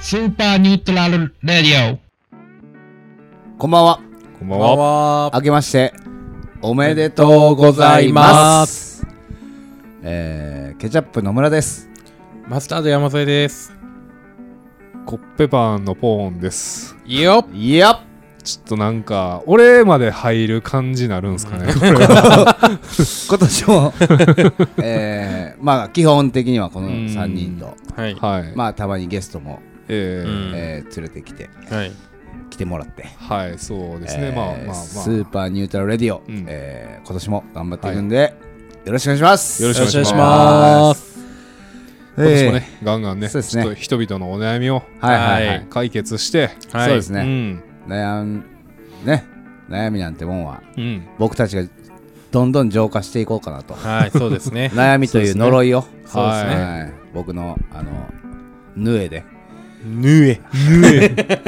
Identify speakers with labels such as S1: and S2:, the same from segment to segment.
S1: スーパーニュートラルレディオ。
S2: こんばんは。
S3: こんばんは。
S2: あけまして、おめでとうございます。えー、ケチャップ野村です。
S4: マスタード山添です。
S3: コッペパンのポーンです。
S4: いいよ
S2: いやっ
S3: ちょっとなんか、俺まで入る感じになるんすかね。
S2: 今年 も、えー、まあ、基本的にはこの
S3: うん
S2: 3人と、
S4: はい。
S3: はい。
S2: まあ、たまにゲストも、
S3: えー
S4: うん
S2: えー連れてきて、
S4: はい。
S2: 来てもらって。
S3: はい、そうです
S2: え
S3: ね。
S2: ー
S3: まあまあまあ。
S2: スーパーニュートラルレディオ、
S3: うん
S2: えー今年も頑張っていくんで、よろしくお願いします。
S3: よろしくお願いします
S4: す。
S3: 今年
S2: え
S3: も
S2: ー
S3: ね、ガンガンね、
S2: そうですね
S3: ちょっと人々のお悩みを
S2: はいはいはい。
S4: はい
S3: 解決して、
S4: はい。
S2: そうです
S3: う
S2: ね。
S3: ん。
S2: 悩んね、悩みなんてもんは、
S3: うん。
S2: 僕たちがどんどん浄化していこうかなと
S4: はい、そうですね。
S2: 悩みという呪いを
S4: そうですね
S2: はい僕のあのヌエで
S4: ぬえ。
S3: ぬ えで。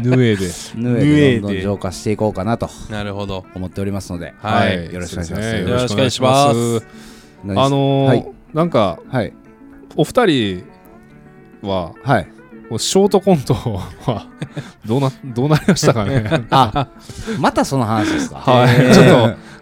S2: ヌエでどん
S4: ヌエ
S2: どん
S4: で
S2: 浄化していこうかなと
S4: なるほど。
S2: 思っておりますので、
S4: はい
S2: よろしくお願いし
S3: そう
S2: ま
S3: ですね
S4: よろしくお願いし
S3: よ
S4: ま
S3: ろ
S4: す
S3: しくお願いしますあの
S2: はい
S3: ー、なんか、
S2: はい
S3: お二人は、
S2: はい
S3: ショートコントは、どうな、どうなりましたかね。
S2: あまたその話ですか
S3: はい。ちょっ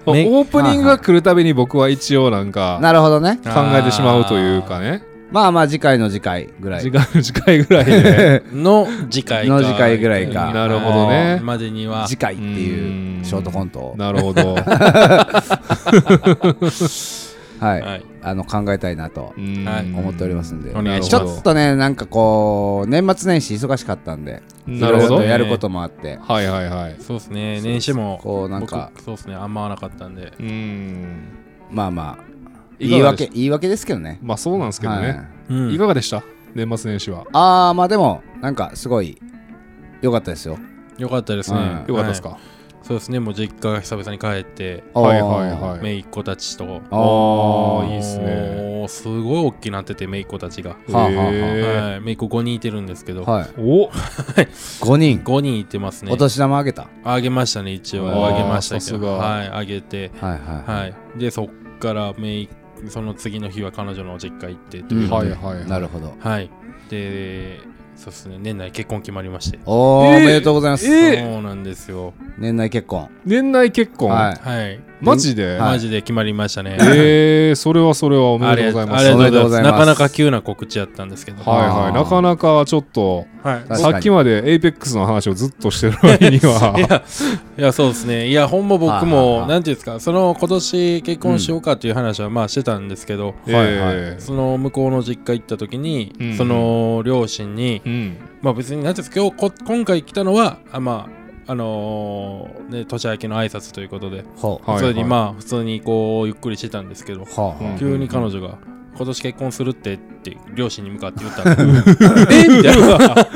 S3: と、オ
S4: め
S3: ープニングが来るたびに僕は一応なんか、
S2: なるほどね
S3: 考えてしまうというかね、
S2: まあまあ次回の次回ぐらい
S3: 時間次回ぐら いで、
S4: あー。の次回か。
S2: の次回ぐらいか
S3: なるほどね
S4: はいまでには。
S2: 次回っていうショートコントを
S3: なるほど、
S2: はい、
S4: はい。
S2: あの考えたいなと
S3: うん
S4: はい
S2: 思っておりますんで、
S4: お願いし
S2: ち
S4: ま
S3: なる
S2: ょ
S3: ほ
S2: っとねなんかこう年末年始忙しかったんでい
S3: な
S2: ろ
S3: る
S2: い
S3: ほ
S2: ろ
S3: ど
S2: とやることもあって
S3: はいはいはい
S4: そうですね。年始も。
S2: こうなんか
S4: 僕。そうですね。あんま合わなかったんで。
S3: うん
S2: まあまあ
S3: い
S2: 言い
S3: かが
S2: 訳
S3: でし
S2: 言い訳ですけどね
S3: まあそうなんですけど
S2: はい
S3: ね、
S4: う
S3: い、かがでした年末年始は
S2: ああまあでもなんかすごい良かったですよ
S4: よかったですね
S2: うん。
S3: よかったですか、
S4: はいそうですね。もう実家が久々に帰って、
S3: はいはいはい
S4: 姪っ子たちと。
S2: あー
S3: あーいいっすね
S4: もうすごい大きくなってて、姪っ子たちが。
S2: いはいはい
S3: へー
S4: はい。姪っ子5人いてるんですけど、
S2: はい
S3: お
S2: 5人
S4: 5人いてますね。
S2: お年玉あげた
S4: あげましたね、一応。
S2: あ
S4: あ
S2: ー
S4: げましたけ
S3: さす
S4: ど。
S3: が
S4: はい、あげて。
S2: はいは
S4: はい。で、そっからめい、その次の日は彼女の実家行ってと
S2: い
S4: いう。
S2: うん
S3: はいはいはい
S2: なるほど
S4: はい。で、そうですね、年内結婚決まりまして。
S2: おーお
S3: えー
S2: めでとうございます
S3: えー
S4: そうなんですよ。
S2: 年内結婚
S3: 年内結婚、
S2: はい
S4: はい。
S3: マジで、
S2: はい
S4: マジで決まりましたね。
S3: えー、それはそれはおめ
S4: あ
S3: で
S4: り
S3: と
S4: が
S3: うござ
S4: あ
S3: います
S4: り
S2: おめ
S4: が
S2: で
S4: と
S2: とう
S4: う
S2: ご
S4: ござい
S2: ざいます
S4: ます。なかなか急な告知やったんですけど。
S3: はいは
S2: あー
S3: いなかなかちょっと
S4: はい
S2: 確かに
S3: さっきまで APEX の話をずっとしてる割に は
S4: いや、そうですね。いや、ほんま僕
S2: はいはいは
S4: も、
S2: い
S4: なんていうんですか、その今年結婚しようかっていう話はまあしてたんですけど、
S3: え
S2: はいはい
S3: ー
S4: その向こうの実家行った時に、
S3: うん
S4: その両親に、
S3: うん
S4: まあ別に何ていうんですか今日こ今回来たのはあまああのーね年明けの挨拶ということで、
S2: ほう
S3: はい
S4: それにまあ普通にこうゆっくりしてたんですけど、
S2: ほう
S3: うん
S4: 急に彼女が「今年結婚するって」って両親に向かって言ったんで 「 えみたいな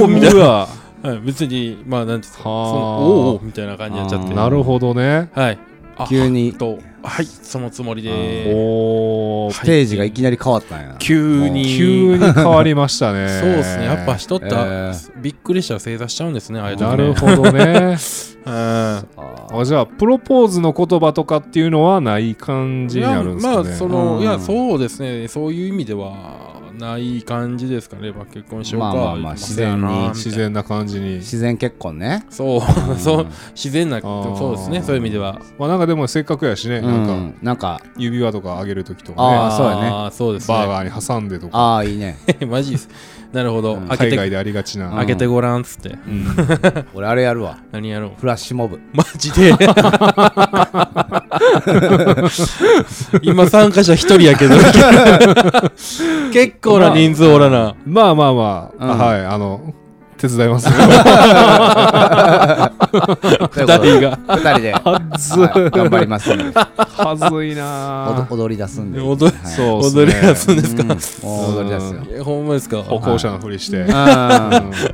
S3: おおみたいな
S4: 「はい別にまあ何ていうんですかそ
S3: はあ
S4: のおうおう」みたいな感じになっちゃっ
S2: あー
S4: て
S3: なるほどね
S4: はいあ
S2: 急に
S4: とはいそのつもりで
S3: おー
S2: ステージがいきなり変わったんや
S4: 急に
S3: 急に変わりましたね
S4: そうですねやっぱ人って、
S2: え
S4: びっくりしたら正座しちゃうんですねああいう時ね
S3: なるほどね
S4: うん
S2: あー
S3: あじゃあプロポーズの言葉とかっていうのはない感じになるんですかね
S4: いやまあその、
S2: うん
S4: いやそうですねそういう意味ではない感じですかね、まあ、結婚しようか、
S2: まあまあまあ自然に
S4: みたいな
S3: 自然な感じに
S2: 自然結婚ね
S4: そうそう自然な
S3: ー
S4: そうですねそういう意味では
S3: まあなんかでもせっかくやしね、
S2: う
S3: なんか
S2: んなんか
S3: 指輪とかあげるときと
S2: あ
S3: かね
S2: ーそうやね
S4: あーそうですね
S3: バーガーに挟んでとか
S2: ああいいね
S4: マジですなるほど、
S2: うん
S4: 開け
S3: 海
S4: て
S3: 外でありがちな、
S4: 開けてごらんっつって、
S3: うん
S2: 俺あれやるわ
S4: 何やろう
S2: フラッシュモブ
S4: マジ で今参加者一人やけど結構な人数おらな、
S3: まあまあまあ、
S2: うん
S3: はいあの手伝 います
S2: 二
S4: 二人が
S2: 二人で
S3: はず
S2: はい頑張りますんで
S3: はずいな
S2: おど踊り出すんで
S4: 踊り
S2: はい
S3: そうっすね
S4: 踊りやすいんですか、
S2: うんもう踊り出すよ
S4: いやほんまですか
S3: 歩行者のふりして、
S2: うん
S4: い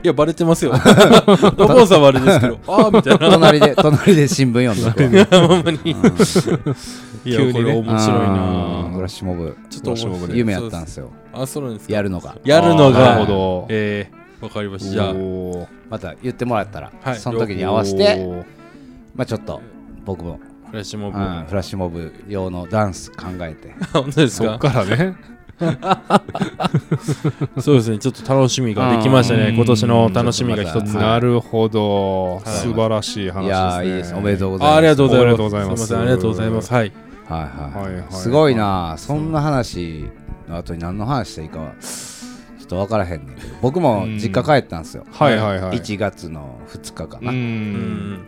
S4: や、バレてますよ。お坊さんはあれですけど、ああ、みたいな。
S2: 隣で隣で新聞読んで
S4: ほんまに。いや、
S3: 急にね
S4: これ面白い
S2: あー
S4: な
S2: フラッシュモブ
S4: ちょっと面白い。
S2: 夢やったんですよ
S4: あ、そうなんですか。
S2: やるのが
S4: やるの
S3: な
S4: が。
S3: るほど。
S4: ええ、わかりました。じゃあ、
S3: おー
S2: また言ってもらったら、
S4: はい
S2: その時に合わせて、
S3: おー
S2: まあ、ちょっと僕も、
S4: フラッシュ
S2: う
S4: モ
S2: ん
S4: ブ。
S2: フラッシュモブ用のダンス考えて、
S4: 本当です
S3: そっ
S4: か
S3: からね。
S4: そうですね、ちょっと楽しみができましたね、
S1: うん
S4: 今年の楽しみが
S2: ち
S4: 一
S2: ょっと
S4: つ。
S2: ま
S3: なるほど、
S4: はい
S3: 素晴らしい話
S2: いやー
S3: ですね
S2: いいです。おめでとうございます。
S4: あありがとうございます。
S3: ありがとうございま
S4: すい
S3: す
S4: ません、ありがとうございます。はい。
S2: はいはいはい
S3: はいはい
S2: すごいなあそんな話の後に何の話していいかはちょっと分からへんねんけど僕も実家帰ったんですよ、
S3: はいはいはい
S2: 1月の2日か
S3: う
S2: な、
S4: うんん。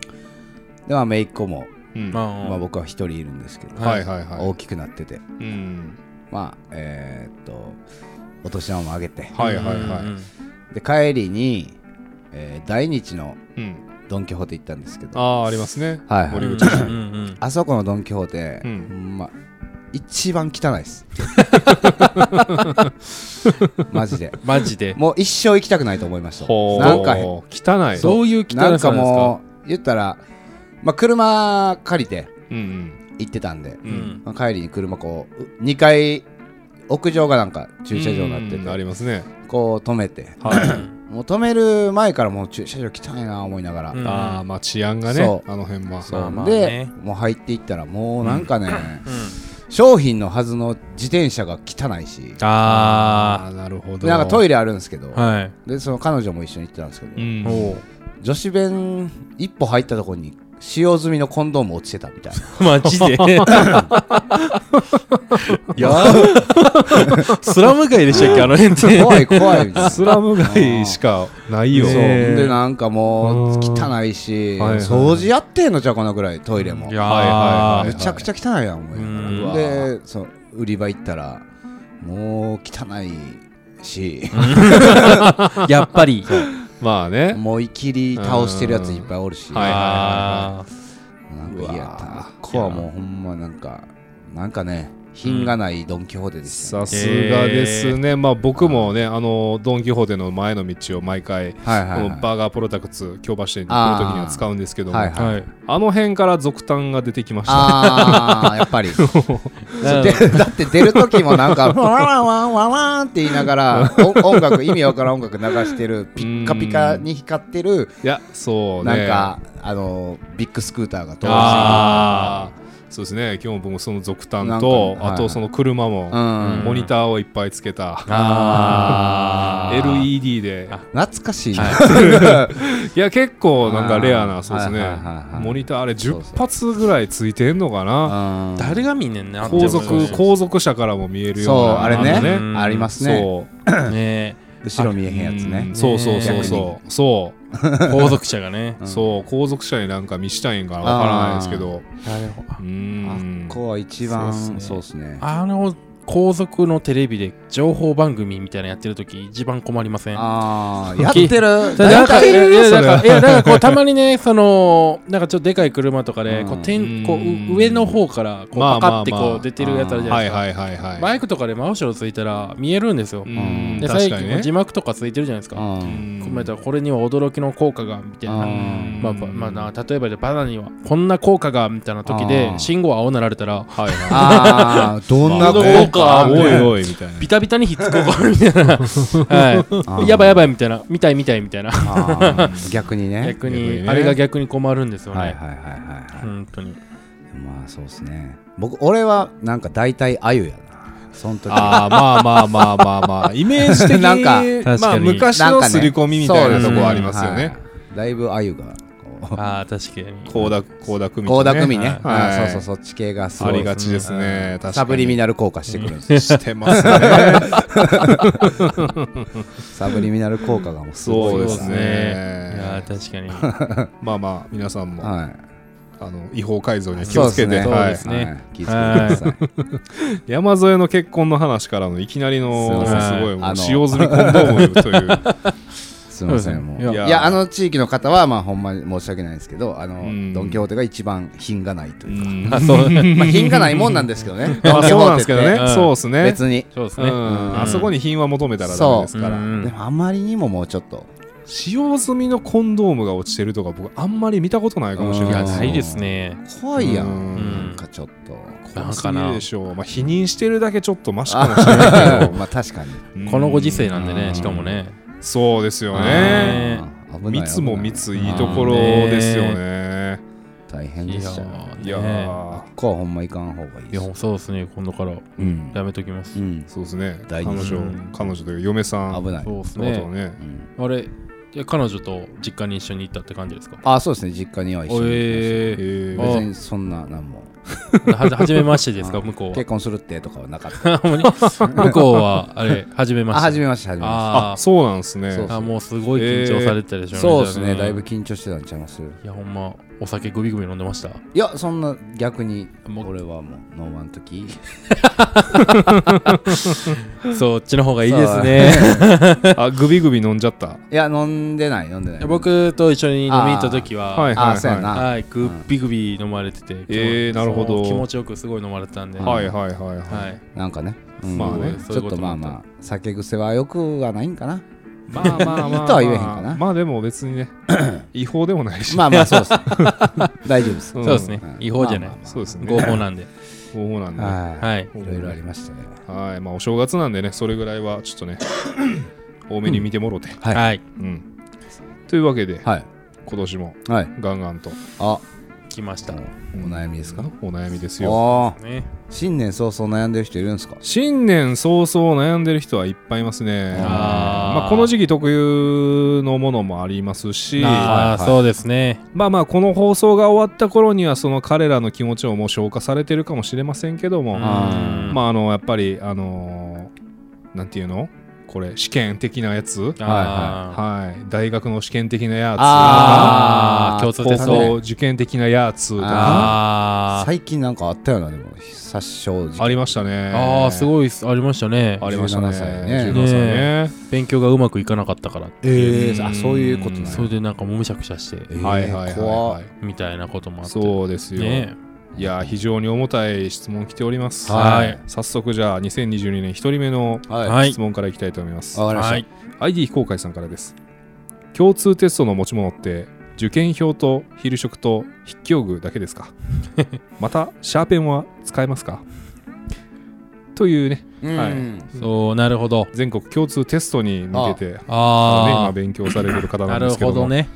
S2: でまあ姪っ子も、
S3: うん
S4: ま
S3: は
S4: あ、
S2: まあ、僕は1人いるんですけど、
S4: はい
S3: はいはい
S2: 大きくなってて
S3: うん
S2: まあえーっとお年玉もあげて
S3: はいはいは
S4: うんうんうん
S2: で帰りに、えー大日の
S3: いうん
S2: ドン・キホーテ行ったんですけど
S3: あ
S2: は
S3: あありますね
S2: いは
S3: 森
S2: い
S3: 口
S4: うんうんうん
S2: あそこのドン・キホーテ、
S3: う
S2: うんんまあ、一番汚いです マジで
S4: マジで。
S2: もう一生行きたくないと思いました
S3: ほう
S2: なんかへ
S3: 汚い
S4: どういう汚さ
S2: な
S4: なん
S2: ん
S4: ですか
S2: かもう言ったら、まあ、車借りて
S3: うん
S2: 行ってたんで、
S3: う
S4: うん
S2: まあ帰りに車こう2階屋上がなんか駐車場になって
S3: うんあ
S2: て
S3: りますね
S2: こう止めて
S3: はい
S2: もう止める前からもう駐車場汚いな思いながら、
S4: うん
S3: ああまあ治安がね
S2: そう
S3: あの辺は
S2: そう
S4: まあまあ
S2: で
S4: ね
S2: もう入っていったらもうなんかね、商品のはずの自転車が汚いし
S4: あ
S3: あーなるほ
S2: で
S3: ど
S2: なんかトイ
S3: レ
S2: レあるんですけど、
S4: あ。はい。
S2: でその彼女も一緒に行ってたんですけど、
S3: うん
S4: お
S2: 女子弁一歩入ったところに使用済みのコンドーム落ちてたみたいな
S4: お。マジで。 スラム街でしたっけ、あの辺って。
S2: 怖い怖いみたいな
S3: スラム街しかないよ
S2: そう
S4: ね
S2: でなんかもう汚いし、
S3: はいはい
S2: 掃除やってんのじゃうこのぐらいトイレも
S4: い
S2: め
S4: やー
S3: はいはいはい
S2: ちゃくちゃ汚いやん思いながらでそう売り場行ったらもう汚いし
S4: やっぱり。
S3: まあね
S2: もういきり倒してるやついっぱいおるし、
S3: はいはい
S4: あ
S2: なんか嫌やったなここはもうほんまなんかなんかね品がないドン・キホーテですよ、
S3: さすがですね、まあ僕もね、あのドン・キホーテの前の道を毎回、こ
S2: はいはい、
S3: の
S2: はい、
S3: バーガープロダクツ、京橋店に来るときには使うんですけども、
S2: はい
S4: ー
S2: はい
S4: はい。
S3: あの辺から続炭が出てきました。
S2: あーやっぱりでだって出る時もなんか「ワンワンワンワンワン」って言いながらお音楽意味わからん音楽流してるピッカピカに光ってる
S3: いや、そう
S2: な
S3: ね。
S2: んかあのビッグスクーターが通る
S3: あーそうですね、今日僕もその続炭と
S2: なん、か
S3: あとその車も、
S2: うん
S3: モニターをいっぱいつけた。
S4: あー
S3: LED で
S2: 懐かしいな、
S3: いや結構なんかレアなそうですね
S2: はいはいはいはい
S3: モニターあれ
S2: そうそ
S3: 10発ぐらいついてんのかな
S2: うん
S4: 誰が見んねんねあんた
S3: 後続後続車からも見えるよ
S2: そうう
S3: な
S2: あれね
S3: の
S4: うん
S2: ありますね
S3: そ う
S4: ね
S2: 後ろ見えへんやつ
S3: う
S2: ね
S3: んそうそうそうそうそ
S4: 後続者がね
S3: うそう後続車になんか見したいんかなわからないですけどう
S2: あ
S3: ん
S2: っこは一番
S4: そうっすね
S2: そうですね
S4: あの後続のテレビで情報番組みたいなのやってるとき一番困りません
S2: ああやってる
S4: なんかいやいや
S3: そ
S4: な
S3: れ
S4: んかいやなんかこうたまにね そのなんかちょっとでかい車とかで
S2: うん
S4: こうてんこう
S3: うん
S4: う上の方からこう
S3: まあ
S4: パ
S3: まあ
S4: カってこ
S3: まあ
S4: う出てるやつあるじゃな
S3: はいい
S4: ですか
S3: はいはいはい
S4: バイクとかで真後ろついたら見えるんですよ
S3: うん
S4: で
S3: 確
S4: 最
S3: かに
S4: 近
S3: ね
S4: 字幕とかついてるじゃないですか
S2: うん
S4: こうやったらこれには驚きの効果がみたいな
S2: うん
S4: まあばまあな、例えばでバナナにはこんな効果がみたいな時で
S2: あー
S4: 信号青なられたら
S3: はいはい
S2: ああどんな
S4: ど
S2: 効
S4: う
S2: 果
S4: か
S2: あん
S3: お
S2: ねん
S3: いおいみたいな
S4: ビタビタにひっつこうみたい な、は
S2: ー
S4: い、やばいやばいみたいな見たい見たいみたいな
S2: あー逆にね
S4: 逆に
S3: 逆にね
S4: あれが逆に困るんですよね、
S2: はいはいはいはい、はい
S4: 本当に
S2: まあそうですね僕俺はなんか大体あゆやなその時
S3: あーまあまあまあまあまあイメージ的に
S2: なんか
S4: 確
S3: ま
S4: か
S3: あ
S4: に
S3: 昔
S2: なん
S3: の
S2: かね
S3: 刷り込みみたい
S2: そう
S3: なと
S2: ですね
S3: こありますよね
S2: はいだいぶあゆがこ
S4: ああ確かに
S3: 高田高田
S2: う
S3: 組
S2: 高田組ね、
S3: はい
S2: うんそうそうそっち系がすご
S3: あ
S2: い
S3: りがちですね確かに
S2: サブリミナル効果してくるんですよ
S3: してます ね
S2: サブリミナル効果がもうすごい
S3: そう
S2: から
S3: ですね
S4: いやー確か
S3: まあまあ皆さんも
S2: はい
S3: あの違法改造には気をつけて、
S2: そうですね
S3: は
S4: そう
S3: い
S4: ですね
S2: はい気づいてください
S3: 山添の結婚の話からのいきなりの
S2: すい
S3: す
S2: ません
S3: ごいも
S2: あ
S3: う
S2: の
S3: 使用済みコンドームという
S2: すいませんもう
S4: い
S2: い
S4: や
S2: やあの地域の方はまあほんまに申し訳ないですけどあの
S3: うん
S2: ドン・キホーテが一番品がないという
S4: に
S2: か
S4: あ そう
S2: まあ品がないもんなんですけどね
S3: ま
S2: ド
S3: あ
S2: ン・キ
S3: そう
S2: ホ
S3: な
S2: ー
S3: んで
S2: テ
S3: す
S2: っ
S3: けどね
S2: て
S3: そうですね
S2: 別に
S4: そうです
S3: うん
S4: ね、
S3: あそこに品は求めたらダメですから、
S4: うん
S2: でもあまりにももうちょっと
S3: 使用済みのコンドームが落ちてるとか僕あんまり見たことないかもしれ
S4: い
S3: ない
S4: や
S3: です
S4: な
S3: ね
S4: いですね
S2: 怖いや
S3: うんん
S2: なんかちょっと
S4: な
S3: 怖
S4: ん
S3: す
S4: か
S3: ぎ
S4: な
S3: るでしょう、まあ、否認してるだけちょっとマシかもしれないけ
S2: あ
S3: ど
S2: まあ確かに
S3: うん
S4: このご時世なんで
S3: う
S4: ねしかもね
S3: そうですよ
S4: ね
S3: ね
S2: あー危ない
S3: 密も
S2: 危ない
S3: 密いいところですよね
S2: 大変でしたよ
S3: いや
S4: ね
S3: ー
S2: ここはほんま行かん方がいい
S4: い
S2: で
S4: や
S2: す
S4: そうですね今度から
S2: うん
S4: やめときます、
S2: うん
S3: そうですね彼
S2: 大事
S3: 女
S4: うん
S3: 彼女というか嫁さん
S2: 危ない
S4: そうです
S3: のこと
S4: ね
S3: をね
S2: うん
S4: あれいや彼女と実家に一緒に行ったって感じですか
S2: あそうですね実家には一緒に行
S4: え
S3: え
S4: え
S2: き
S3: ー
S2: ました別にそんな何も
S4: はじ初めましてですか
S2: あ
S4: 向こう
S2: 結婚するってとかはなかった
S4: はほんまに向こうはあれ初めまし
S2: あ
S4: て
S2: 始めました始めま
S4: あ
S3: あ
S4: ー
S3: そうなんですね
S2: そう
S4: あもうすごい緊張されてたでしょ
S2: し
S4: う
S2: た
S4: ね
S2: そうですね
S4: じゃあ
S2: だいぶ緊張してたんちゃいますい
S4: いやほんまお酒グビグビ飲んでました
S2: やそんな逆に
S4: もう
S2: 俺はもうノーマン時
S4: そっちの方がいいですね
S3: あグビグビ飲んじゃった
S2: いや飲んでない飲んでない
S4: いや僕と一緒に飲みに行った時は
S3: はい
S2: あそうやな
S4: はい、グッビグビ飲まれてて、
S3: えーなるほど
S4: 気持ちよくすごい飲まれてたんで、
S3: はいいはいはいは
S4: はいい、
S2: なんかね、うん
S3: まあね
S2: ちょっとまあまあ酒癖はよくはないんかな
S3: まあまあまあまあ
S2: いいとは言えへんかな
S3: まあでも別 にね違法でもないし
S2: まあまあ そうです大丈夫です
S3: う
S4: そ
S3: ん
S4: うですね、
S2: うん
S4: 違法じゃない、
S2: まあま
S3: そうですね
S4: 合法なんで、
S3: 合法なんでね
S2: は
S4: はい、
S2: いいろいろありましたね
S3: はいまあお正月なんでねそれぐらいはちょ っとね多めに見てもろて
S2: はい
S4: はい、
S3: うんというわけで
S2: はい
S3: 今年も
S2: はい
S3: ガンガンと
S2: あ
S4: 来ました。ね、
S2: お悩みですか
S3: お悩みですよ
S2: ああ新年早々悩んでる人いるんですか
S3: 新年早々悩んでる人はいっぱいいますね
S4: あー
S3: まあ、この時期特有のものもありますし
S4: ああ、
S2: はい
S4: そうですね。
S3: まあまあこの放送が終わった頃にはその彼らの気持ちをもう消化されてるかもしれませんけども、
S4: うん
S2: あ
S3: まああのやっぱりあのーなんていうのこれ試験的なやつ
S4: あー
S2: は
S3: はい大学の試験的なやつと
S4: あ
S3: か
S4: ー共通テスト
S3: 高校受験的なやつとか
S4: あー
S2: 最近なんかあったよなでも殺傷事
S3: あ
S2: 件
S3: りましたね
S4: あー、すごいっすありましたね。
S3: ありましたね
S2: 17歳ね
S3: 17歳ね
S4: 勉強がうまくいかなかったからって。
S2: えーあそういうことなん
S4: ん
S2: や
S4: それでなんかもうむしゃくしゃして、
S2: えー
S3: はいはいはい
S2: 怖
S3: は
S2: っ
S3: い
S4: みたいなこともあって。
S3: そうですよ、
S4: ね
S3: いや非常に重たい質問来ております
S2: はい
S3: 早速じゃあ2022年1人目の
S2: はい
S4: はい
S3: 質問からいきたいと思います、
S2: わかりました、
S4: はい。
S3: ID 非公開さんからです共通テストの持ち物って受験票と昼食と筆記用具だけですか またシャーペンは使えますかというね
S2: うん
S3: はい
S4: そう、なるほど。
S3: 全国共通テストに向けてね、今
S4: あ
S3: 勉強されてる
S4: あ、
S3: 方
S4: な
S3: な
S4: ん
S3: で
S4: る
S3: すけど
S4: ほ
S3: も
S4: どね。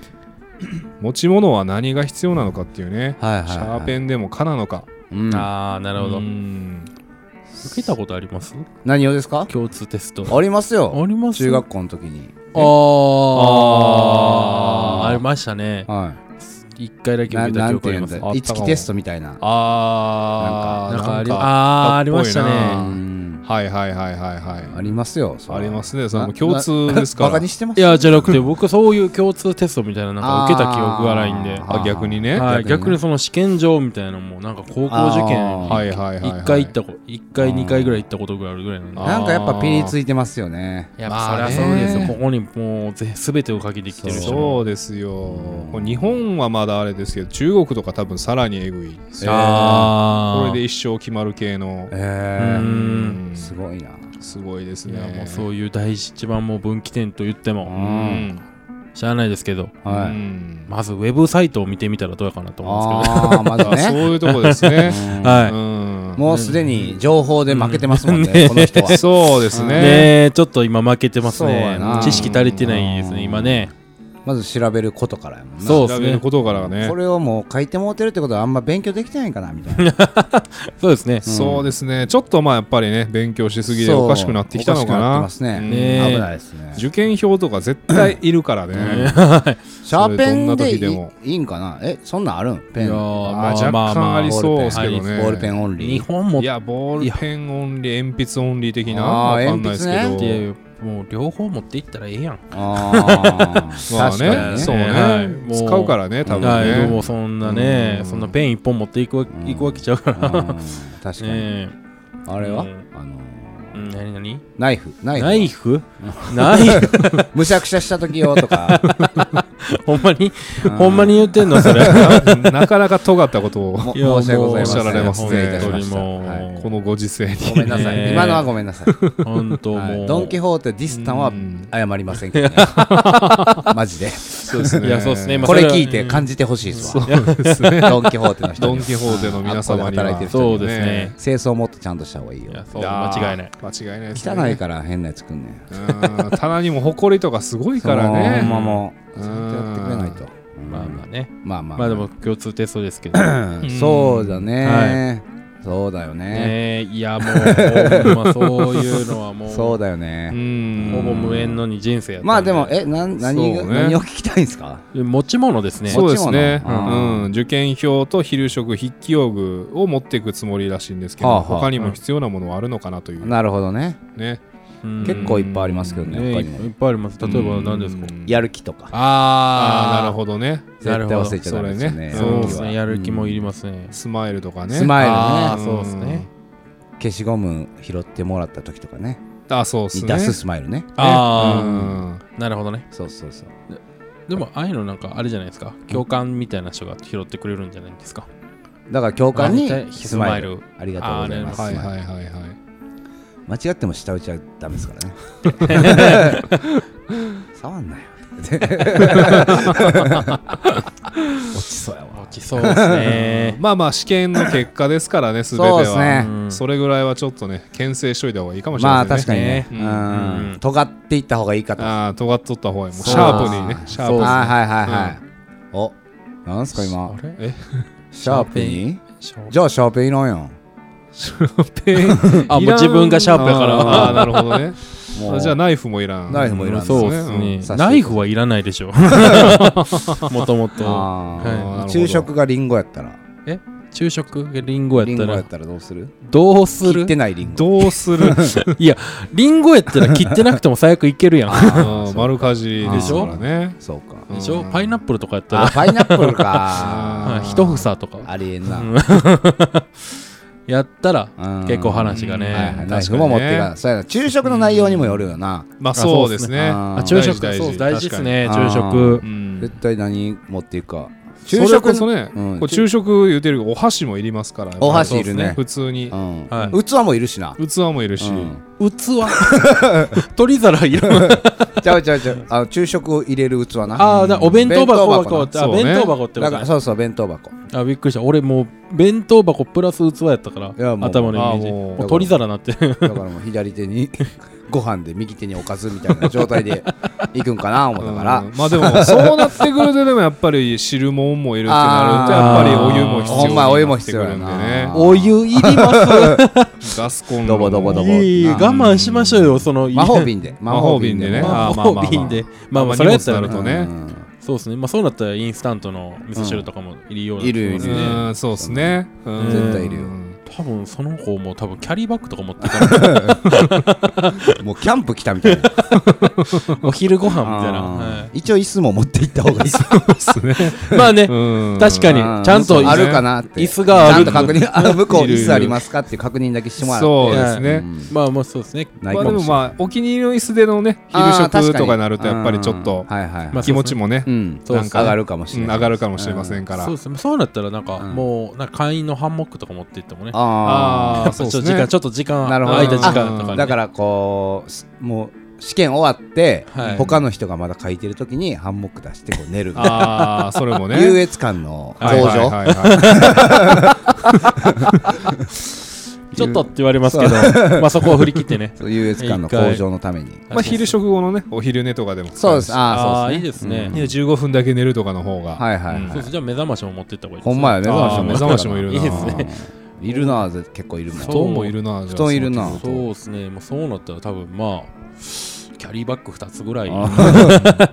S3: 持ち物は何が必要なのかっていうね、
S2: はいはいはい
S3: シャーペンでも「か」なのか
S2: うん
S4: ああ、なるほど
S3: う。ん
S4: 受けたことあります
S2: 何をですか
S4: 共通テスト。
S2: ありますよ
S4: あります
S2: 中学校の時に
S4: ああ
S2: あー
S4: ありましたね。
S2: は
S4: 一回だ
S2: い
S4: け
S2: な
S4: 受けた
S2: な
S4: 記
S2: ん
S4: 憶あり
S2: ていうん
S4: ます
S2: だ。
S3: あったかも
S2: 一期テストみたいな
S3: あー
S4: なんかあり
S3: なんか
S4: あーありました
S3: あ
S2: う
S4: ね。
S2: ん
S3: はいはいはいはいはい
S2: ありますよそれ
S3: あ
S2: は
S3: りますねそれはもう共通ですか
S2: バ
S3: ら
S2: カにしてま
S4: い
S2: す
S4: やじゃなくて僕そういう共通テストみたいななんか受けた記憶がないんで。
S2: あ
S3: あ逆にねー
S4: はい、逆にその試験場みたいなのもなんか高校受験
S2: あー
S3: はいはいはいはい
S4: 一回行ったこと一回二回ぐらい行ったことぐらいあるぐらいなんで
S3: あー
S2: なんかやっぱピリついてますよね
S4: やっ
S3: まあ
S4: ぱ
S3: ね
S4: そりゃそうですよここにもうぜ全てをかけてきてるし
S3: そうですよ
S2: うん
S3: これ日本はまだあれですけど中国とか多分さらにえぐいですよ
S4: あ
S3: こ
S4: あ
S3: れで一生決まる系の
S2: え
S4: う
S3: うんん
S2: えすごいな
S3: すごいです
S4: い
S3: ね
S4: やもうそういう第一番もう分岐点と言って
S2: う
S4: も
S3: うんん
S4: 知らないですけど
S3: う
S2: はい
S3: ん
S4: まずウェブサイトを見てみたらどうやかなと思うんですけどね
S2: ああまず
S3: あそう
S2: ね
S3: いうとこですね
S2: うん
S4: はい
S3: うん
S2: もうすでに情報で負けてますもんねこの人は
S3: そうですね
S4: ねえちょっと今負けてます
S2: そうや
S4: ね
S2: な
S4: 知識足りてないですね今ね
S2: まず調べることからやもんな
S4: そうで
S3: 調
S4: す
S3: べる
S4: ね
S3: ことからね
S2: これをもう書いてもうてるってことはあんま勉強できてないんかなみたいな
S4: そうですね
S3: そうですねちょっとまあやっぱりね勉強しすぎで
S2: そう
S3: おかしくなってきたのか
S2: お
S3: な
S2: かしくなってますね
S3: うん
S4: ねえ
S2: 危ないですね
S3: 受験票とか絶対いるからね
S2: シャーペンでい
S3: それどんな時
S2: いいいんかなえそんなんあるんペ
S4: い
S2: ン
S4: やー
S2: ボ
S3: まあ
S4: まあまあ
S3: 若
S4: ま
S3: 干
S4: あ
S3: ありそうですけど
S4: ボ
S3: ね
S2: ールペンオンリ
S4: 日
S2: ー
S4: 本も
S3: いやボールペンオンリー鉛筆オンリー的なわ
S2: あー
S3: かんないですけど、
S4: っていうもう両方持っていったらええやん
S2: あー
S3: まあ
S2: 確かに
S3: ね
S2: ね
S3: そうね、
S4: はいもう
S3: 使うからね多分ね、
S4: はいもうそんなね
S2: うん
S4: そんなペン一本持っていくわいくわけちゃうか
S2: うん
S4: らね
S2: 確かに
S4: え
S2: あれは
S4: うん
S2: あのー
S4: うん何何
S2: ナイフナイフ
S4: ナイフ ナイフ
S2: むしゃくしゃした時用とか
S4: ほんまにほんまに言ってんの それ
S3: ななかなか尖ったことを
S2: も
S4: いやもう
S2: 申し訳ございません
S3: おっしゃられますね
S2: 失礼いたし
S4: 本当
S2: ま
S4: に
S2: したはい
S4: もう
S3: このご 時世に
S2: ごめんなさ
S4: ね
S2: い
S4: え
S2: 今のはごめんなさい
S4: 本当
S2: はい
S4: もう
S2: ドン・キホーテディスタンは
S3: うん
S2: 謝りません けどねマジで
S3: そうですね
S4: いやそうですねまあ
S2: これ
S4: それは
S2: 聞いて感じてほしいですわ
S3: そうですね
S2: ドン・キホーテの人
S3: ド
S2: に
S3: ン・
S2: は
S3: キホーテの皆様には
S2: あここで働いてる人に
S4: そ
S2: は
S4: うですね
S2: 清掃もっとちゃんとした方がいいよ
S4: いやそう間違いない
S3: 間違いないです、
S2: 汚
S3: ね、
S2: いから変なやつくんねん
S3: うん棚にも埃とかすごいから
S2: そのほんま
S3: ね
S2: もう
S3: うん
S2: ちゃんとやってくれないと
S4: まあまあね
S2: まあまあ、
S4: まあでも共通テストですけどね
S2: うんそうだね、そうだよね
S4: えいやもうほんまそういうのはもう
S2: そうだよ
S4: う
S2: ね、
S4: んほぼ無縁のに人生やったん
S2: まあでもえなん何が、
S3: そうね
S2: 何を聞きたいんですか
S4: 持ち物ですね
S3: そうですね、
S2: 持ち物
S3: うん受験票と昼食筆記用具を持っていくつもりらしいんですけど、
S2: はあはあ
S3: 他にも必要なものはあるのかなという
S2: なるほどね
S3: ね
S4: うん
S2: 結構いっぱいありますけどね
S4: ね
S2: 他
S4: い
S2: にも
S4: っぱいあります例えば何ですか
S3: うん
S2: やる気とか
S4: あ
S3: あー
S4: ー
S3: なるほどね
S2: 絶対忘れちゃダメですよ
S3: な
S2: ね
S3: るほど
S4: そう
S3: れ
S4: ですね、やる気もいり
S2: ま
S4: ますね。
S3: スマイルとかね
S2: スマイルね
S4: あーそうですね。
S2: 消しゴム拾ってもらった時とかね
S3: あそうっす
S2: に
S3: ね
S2: 出すスマイルね
S4: あ
S3: うん
S4: あ、なるほどね。
S2: そうそうそう
S4: でも、ああいうのなんかあれじゃないですか、共感みたいな人が拾ってくれるんじゃないですか。
S2: だから共感に
S4: あ絶対
S2: スマイ
S4: ス
S2: ル
S4: マイ
S2: ありがとうございます、
S3: はい
S2: スマ
S3: は
S2: イ
S3: い
S2: ル
S3: はいはい
S2: 間違っても下打ちはダメですからね触んなよ落ちそうやわ
S4: 落ちそうです ね。
S3: まあまあ試験の結果ですからね全て
S2: そうです
S3: は
S2: ね
S4: うん
S3: それぐらいはちょっとね牽制しといた方がいいかもしれ
S2: ま
S3: な
S2: あ
S3: いです
S2: 確か
S3: ね
S2: にね、
S3: う
S2: うん
S4: うん
S2: ん、尖っていった方がいいかと。
S3: ああ尖っとった方がいいもうシャープにね
S2: あー
S3: シャープに
S2: はいはいはいはい。お、なんすか
S4: あ
S2: 今。
S4: れ
S3: え
S2: シャープに
S4: シャープ
S2: じゃあシャープいらんやん。
S4: あ、もう自分がシャープやか
S3: あー
S4: ら。
S3: なるほど ね
S2: もう
S3: じゃあナイフもいらん
S2: ナイフもいらん
S4: そうですね
S2: 刺して。
S4: ナイフはいらないでしょ。もともと。
S2: あ
S4: はい
S2: ー
S3: なるほど
S2: 昼食がリンゴやったら、
S4: 昼食がリンゴや
S2: リ
S4: っ
S2: ンゴ
S4: た
S2: や
S4: ら
S2: っ、たらどうする
S4: どうす
S2: 切
S4: る
S2: ってないリンゴ。
S3: どうする
S4: いや、リンゴやったら切ってなくても最悪いけるやん。
S3: あー丸かじですからね
S2: そうか。
S4: でしょ
S3: うん
S4: パイナップルとかや ったら
S2: あ、パイナップルか。
S4: はい一房とか
S2: ありえんな。
S4: やったら
S2: うん
S4: 結構話が
S3: う
S4: ね
S3: ん
S2: はいはいナイ
S3: 確か
S2: フ
S3: にね
S2: も持ってか。そうやな。昼食の内容にもよるよな。
S3: まあそうですね
S2: あ
S4: あ昼食
S3: 大事
S4: そう
S3: 大
S4: 大
S3: 事
S4: 事ですね
S2: 確かに
S4: 昼食
S3: うん
S2: 絶対何持っていくか。
S3: 昼食こそね、
S2: うん
S3: こう昼食言うてるけどお箸もいりますから
S2: お箸いるね
S3: やっぱりそうです普通に
S2: うん
S4: は
S2: 器もいるしな。
S3: 器もいるし、
S2: うん
S4: 器取り皿いらん
S2: ちゃうちゃうちゃう。あの昼食を入れる器な。
S4: ああだお弁当箱は
S2: 弁当箱
S4: こう
S2: な
S4: あ
S3: そうね
S4: 弁当箱ってこ
S2: だ
S4: と
S2: から
S4: ね
S2: そうそう弁当 箱。
S4: あびっくりした俺もう弁当箱プラス器やったから
S2: いやもう
S4: 頭のイメージ
S3: あもう
S4: もう取り皿なってる
S2: だからもう左手にご飯で右手におかずみたいな状態 で行くんかな思ったから。
S3: うんまあでもそうなってくるとでもやっぱり汁もんもいるってな るとやっぱりお湯も必要
S4: あーほ
S3: に
S4: ん
S2: まお湯
S3: な
S2: も
S3: って
S2: 必
S3: く
S2: 要
S3: る
S2: や
S3: んで
S2: な
S3: ね
S4: お湯 いりま
S3: ガスコン
S2: ど
S3: ロ
S2: ぼどぼど
S4: す
S2: ぼ
S4: いい
S2: な
S4: 我慢しましょうよその
S2: 魔法瓶で。魔
S3: 法瓶でね
S4: 魔
S3: あーまあまあま
S4: 法
S3: あ
S4: 瓶でまあま
S3: まあ
S4: あそれやったら
S3: 荷物
S4: ね
S3: あると
S2: う
S3: ね
S2: ん
S4: そうですねまあそうなったらインスタントの味噌汁とかもいるような
S2: うんいるいる
S3: う
S4: 気がしますね
S3: んそうですね、うん
S4: 絶対い
S2: るよ
S4: 多分その子も多分キャリーバッグとか持っていから
S2: もうキャンプ来たみたいな。
S4: お昼ご飯みたいな。
S2: あ
S4: は
S2: ー一応椅子も持って行った方がいい。
S3: そうです ね、
S4: いまあね、
S3: うん
S4: 確かに
S2: うん
S4: ちゃんと
S2: あるかなって。
S4: 椅子がある
S2: ちゃんと確認。あの向こう
S3: いるいる
S2: 椅子ありますかっていう確認だけしてもらって。
S3: そうですね、
S2: うん
S4: まあまあそうですね。
S2: ない
S3: まあ
S2: か
S3: で
S2: も
S3: も
S2: しれない
S3: まあお気に入りの椅子でのね昼
S2: あー確
S3: 食
S2: か
S3: とかになるとやっぱりちょっ
S2: う
S3: と
S2: んはいはいはい
S4: まあ
S3: 気持ちもね、
S2: うん
S4: そうっす
S2: 上がるかもし
S3: う
S2: れ
S3: ん
S2: ない
S3: 上がるかもしれませんから、
S4: そうですね。そうなったらなんか、
S2: うん
S4: もうなんか会員のハンモックとか持って行ってもね。
S2: あ
S3: あー
S4: ち
S3: そ
S4: ょ
S3: う
S4: っ
S3: っ
S4: と
S3: す
S4: 時
S3: ね
S4: 間ちょっと時間
S2: なるほど
S4: 空いた時間とかに
S3: う
S2: あだからこうすもう試験終わって、
S4: はい
S2: 他の人がまだ書いてる時にハンモック出してこう寝るみたいな
S3: ああそれもね
S2: 優越感の向上、。
S3: はいはいはいはい
S4: ちょっとって言われますけど、 まあそこを振り切ってね
S2: そう優越感の向上のために
S3: まあ昼食後のねお昼寝とかでも
S2: そうですあ
S4: あ
S2: あ
S4: あ
S2: そう
S4: ーいい
S2: ですね
S4: ですね。
S3: いや15分だけ寝るとかの方が
S2: はいはいはい
S3: うん
S4: そうですじゃあ目覚ましも持って行った方がいいです
S2: ほんまやね
S3: あー
S2: 目覚
S3: 目覚
S2: ま
S3: ま
S2: し
S3: し
S2: も
S3: もいるない
S4: いですね
S2: うんいるなあ結構いるもん
S3: 布団もいるな
S2: 布団いるな
S3: じゃあ
S4: そうですね。もうそうなったら多分まあキャリーバッグ2つぐらい
S2: あ